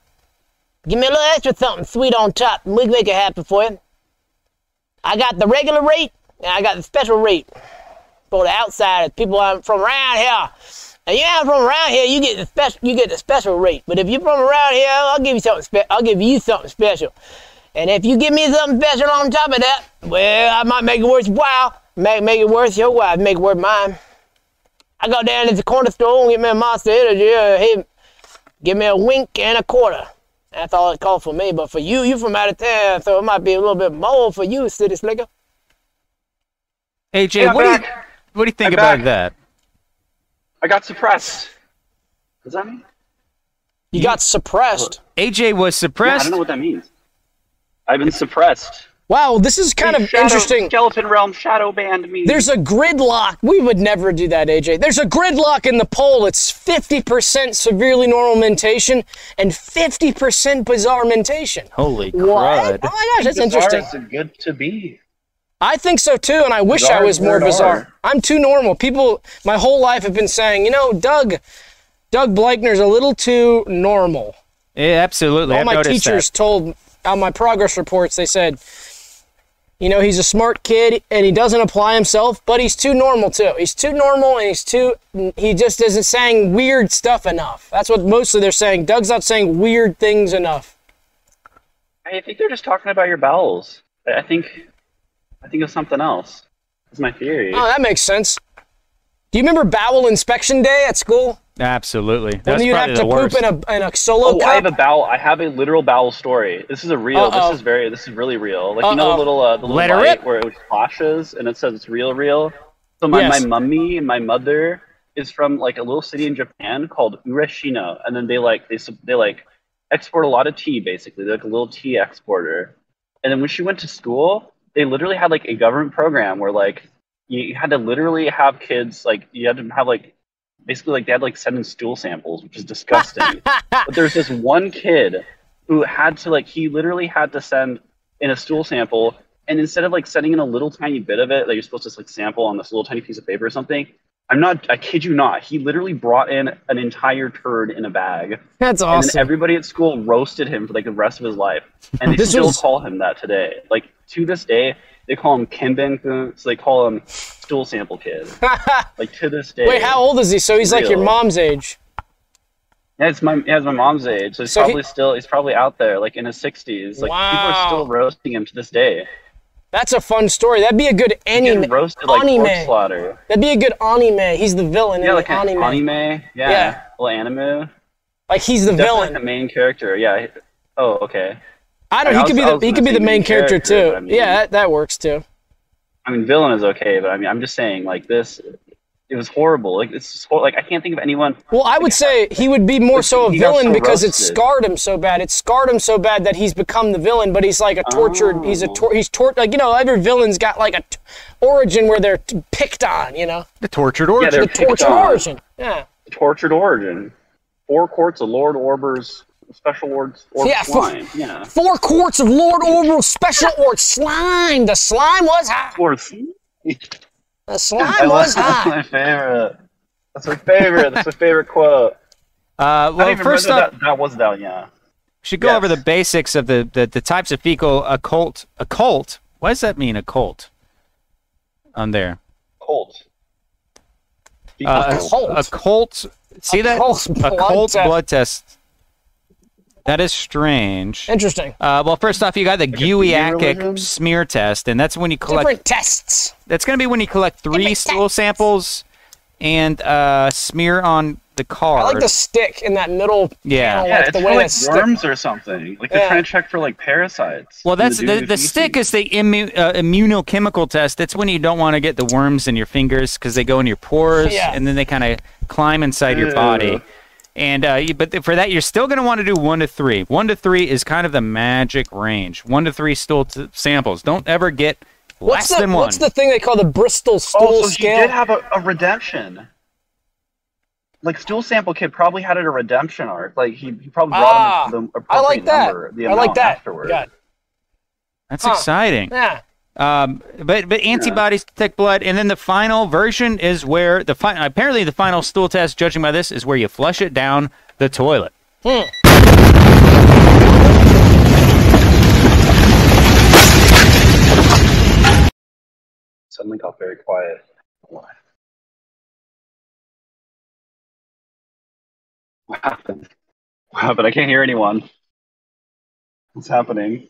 Speaker 1: Give me a little extra something sweet on top, and we can make it happen for you. I got the regular rate, and I got the special rate for the outsiders, people I'm from around here. Now you ain't from around here, you get the special, you get the special rate. But if you're from around here, I'll give you something. Spe- I'll give you something special. And if you give me something special on top of that, well, I might make it worthwhile. Make make it worth your while. Make it worth mine. I go down to the corner store and get me a monster energy. Uh, hey, give me a wink and a quarter. That's all it called for me. But for you, you from out of town, so it might be a little bit more for you, city slicker.
Speaker 2: AJ,
Speaker 4: Yeah,
Speaker 2: what do you
Speaker 4: back.
Speaker 2: what do you think
Speaker 4: I'm
Speaker 2: about
Speaker 4: back.
Speaker 2: that?
Speaker 4: I got suppressed. Does that mean?
Speaker 1: You got suppressed.
Speaker 2: AJ was
Speaker 4: Yeah, I
Speaker 2: suppressed.
Speaker 4: don't know what that means. I've been suppressed.
Speaker 1: Wow, this is kind of
Speaker 4: Shadow-
Speaker 1: interesting.
Speaker 4: Skeleton Realm shadow banned me.
Speaker 1: There's a gridlock. We would never do that, AJ. There's a gridlock in the poll. It's 50% severely normal mentation and 50% bizarre mentation.
Speaker 2: Holy
Speaker 1: What? Oh my
Speaker 2: crud!
Speaker 1: gosh, that's
Speaker 4: Bizarre
Speaker 1: interesting.
Speaker 4: is good to be.
Speaker 1: I think so too, and I wish I
Speaker 4: Bizarre
Speaker 1: was
Speaker 4: is
Speaker 1: more
Speaker 4: bizarre.
Speaker 1: bizarre. I'm too normal. People, my whole life have been saying, you know, Doug, Doug Blakener's a little too normal.
Speaker 2: Yeah, absolutely.
Speaker 1: All
Speaker 2: I've
Speaker 1: my
Speaker 2: noticed
Speaker 1: teachers
Speaker 2: that.
Speaker 1: told on my progress reports, they said, you know, he's a smart kid and he doesn't apply himself, but he's too normal too. He's too normal and he's too, he just isn't saying weird stuff enough. That's what mostly they're saying. Doug's not saying weird things enough.
Speaker 4: I think they're just talking about your bowels. I I think, I think of something else. That's my theory.
Speaker 1: Oh, that makes sense. Do you remember bowel inspection day at school?
Speaker 2: Absolutely. That's
Speaker 1: When you'd have
Speaker 2: probably
Speaker 1: to
Speaker 2: the worst.
Speaker 1: poop in a, in a solo
Speaker 4: Oh,
Speaker 1: cup?
Speaker 4: I have a bowel. I have a literal bowel story. This is a real.
Speaker 1: Uh-oh.
Speaker 4: This is very. This is really real. Like you know, the
Speaker 1: Uh-oh.
Speaker 4: little uh, the little
Speaker 2: Let her
Speaker 4: light
Speaker 2: rip.
Speaker 4: where it flashes and it says it's real, real. So my
Speaker 1: Yes.
Speaker 4: my mummy and my mother is from like a little city in Japan called Ureshino, and then they like they sup- they like export a lot of tea basically. They're like a little tea exporter. And then when she went to school, they literally had like a government program where like you had to literally have kids like you had to have like basically like they had like send in stool samples, which is disgusting. but there's this one kid who had to like he literally had to send in a stool sample, and instead of like sending in a little tiny bit of it that you're supposed to like sample on this little tiny piece of paper or something, I'm not I kid you not, he literally brought in an entire turd in a bag.
Speaker 1: That's
Speaker 4: And then
Speaker 1: awesome.
Speaker 4: everybody at school roasted him for like the rest of his life. And they
Speaker 1: This
Speaker 4: still
Speaker 1: was-
Speaker 4: call him that today. Like to this day, they call him Kimben, so they call him stool sample kid. like to this day.
Speaker 1: Wait, how old is he? So he's like your
Speaker 4: Real.
Speaker 1: mom's age.
Speaker 4: Yeah, it's my yeah, it's my mom's age, so he's
Speaker 1: So he-
Speaker 4: probably still he's probably out there, like in his sixties. Like people
Speaker 1: Wow.
Speaker 4: are still roasting him to this day.
Speaker 1: That's a fun story. That'd be a good
Speaker 4: Getting
Speaker 1: anime.
Speaker 4: roasted like
Speaker 1: anime.
Speaker 4: pork slaughter.
Speaker 1: That'd be a good anime. He's the villain
Speaker 4: Yeah,
Speaker 1: in
Speaker 4: like
Speaker 1: the
Speaker 4: an
Speaker 1: anime.
Speaker 4: anime. Yeah,
Speaker 1: Yeah.
Speaker 4: little anime.
Speaker 1: Like he's the
Speaker 4: Definitely
Speaker 1: villain.
Speaker 4: like the main character. Yeah. he- Oh, okay.
Speaker 1: I don't.
Speaker 4: I
Speaker 1: He
Speaker 4: was-
Speaker 1: could be
Speaker 4: I
Speaker 1: the
Speaker 4: was
Speaker 1: he
Speaker 4: gonna
Speaker 1: could be
Speaker 4: say
Speaker 1: the main
Speaker 4: main
Speaker 1: character,
Speaker 4: character,
Speaker 1: too.
Speaker 4: but I mean-
Speaker 1: yeah, that, that works too.
Speaker 4: I mean, villain is okay, but I mean, I'm just saying, like this, it was horrible. Like it's just hor- like I can't think of anyone.
Speaker 1: Well, I would say he would be more so a
Speaker 4: he got
Speaker 1: villain
Speaker 4: so
Speaker 1: because it
Speaker 4: roasted.
Speaker 1: scarred him so bad. It scarred him so bad that he's become the villain. But he's like a tortured. He's a tor- he's tort like you know every villain's got like a t- origin where they're t- picked on. You know,
Speaker 2: the tortured origin.
Speaker 4: they're- Picked
Speaker 1: tortured
Speaker 4: on.
Speaker 1: origin. Yeah,
Speaker 4: Tortured origin. Four quarts of Lord Orber's special Lord Orber's
Speaker 1: Yeah, four-
Speaker 4: slime. yeah.
Speaker 1: four quarts of Lord Orville special or slime. The slime was hot.
Speaker 4: Lord slime.
Speaker 1: The
Speaker 4: I
Speaker 1: slime
Speaker 4: love
Speaker 1: was
Speaker 4: that's
Speaker 1: hot.
Speaker 4: my favorite. That's my favorite. That's my favorite quote.
Speaker 2: uh,
Speaker 4: I
Speaker 2: well,
Speaker 4: don't even
Speaker 2: first
Speaker 4: remember
Speaker 2: up,
Speaker 4: that, that was down. Yeah.
Speaker 2: should go
Speaker 4: Yes.
Speaker 2: over the basics of the, the the types of fecal occult occult. What does that mean? Occult. On there.
Speaker 4: Colt.
Speaker 2: Uh,
Speaker 1: Occult.
Speaker 2: Occult. See that?
Speaker 1: Occult blood
Speaker 2: Occult
Speaker 1: test.
Speaker 2: blood test. That is strange.
Speaker 1: Interesting.
Speaker 2: Uh, well, first off, you got the
Speaker 4: religion?
Speaker 2: Guiakic smear test, and that's when you collect.
Speaker 1: Different tests.
Speaker 2: That's going to be when you collect three
Speaker 1: Different
Speaker 2: stool
Speaker 1: tests.
Speaker 2: samples and uh, smear on the card.
Speaker 1: I like the stick in that middle.
Speaker 2: Yeah.
Speaker 1: panel,
Speaker 4: yeah,
Speaker 1: like
Speaker 4: it's
Speaker 1: the
Speaker 4: for
Speaker 1: way
Speaker 4: like
Speaker 1: that stick
Speaker 4: worms or something. Like they're
Speaker 1: Yeah.
Speaker 4: trying to check for like parasites.
Speaker 2: Well,
Speaker 4: in
Speaker 2: that's the,
Speaker 4: dude's
Speaker 2: the,
Speaker 4: feces.
Speaker 2: stick is the immu- uh, immunochemical test. That's when you don't want to get the worms in your fingers because they go in your pores
Speaker 1: Yeah.
Speaker 2: and then they kind of climb inside your
Speaker 4: Ew.
Speaker 2: body. And uh, you, but th- for that, you're still going to want to do one to three. One to three is kind of the magic range. One to three stool t- samples. Don't ever get
Speaker 1: What's
Speaker 2: Less
Speaker 1: the
Speaker 2: than one.
Speaker 1: What's the thing they call the Bristol stool
Speaker 4: Oh, so she
Speaker 1: scale?
Speaker 4: did have a, a redemption. Like stool sample kid probably had a redemption arc. Like he, he probably brought
Speaker 1: ah,
Speaker 4: him the appropriate
Speaker 1: I like that.
Speaker 4: number, the
Speaker 1: I like
Speaker 4: amount
Speaker 1: that.
Speaker 4: afterward.
Speaker 1: Yeah.
Speaker 2: That's
Speaker 1: Huh.
Speaker 2: exciting.
Speaker 1: yeah.
Speaker 2: Um, but but antibodies detect blood, and then the final version is where the fi- apparently the final stool test, judging by this, is where you flush it down the toilet.
Speaker 1: Hmm.
Speaker 4: Suddenly got very quiet. What happened? What happened? I can't hear anyone. What's happening?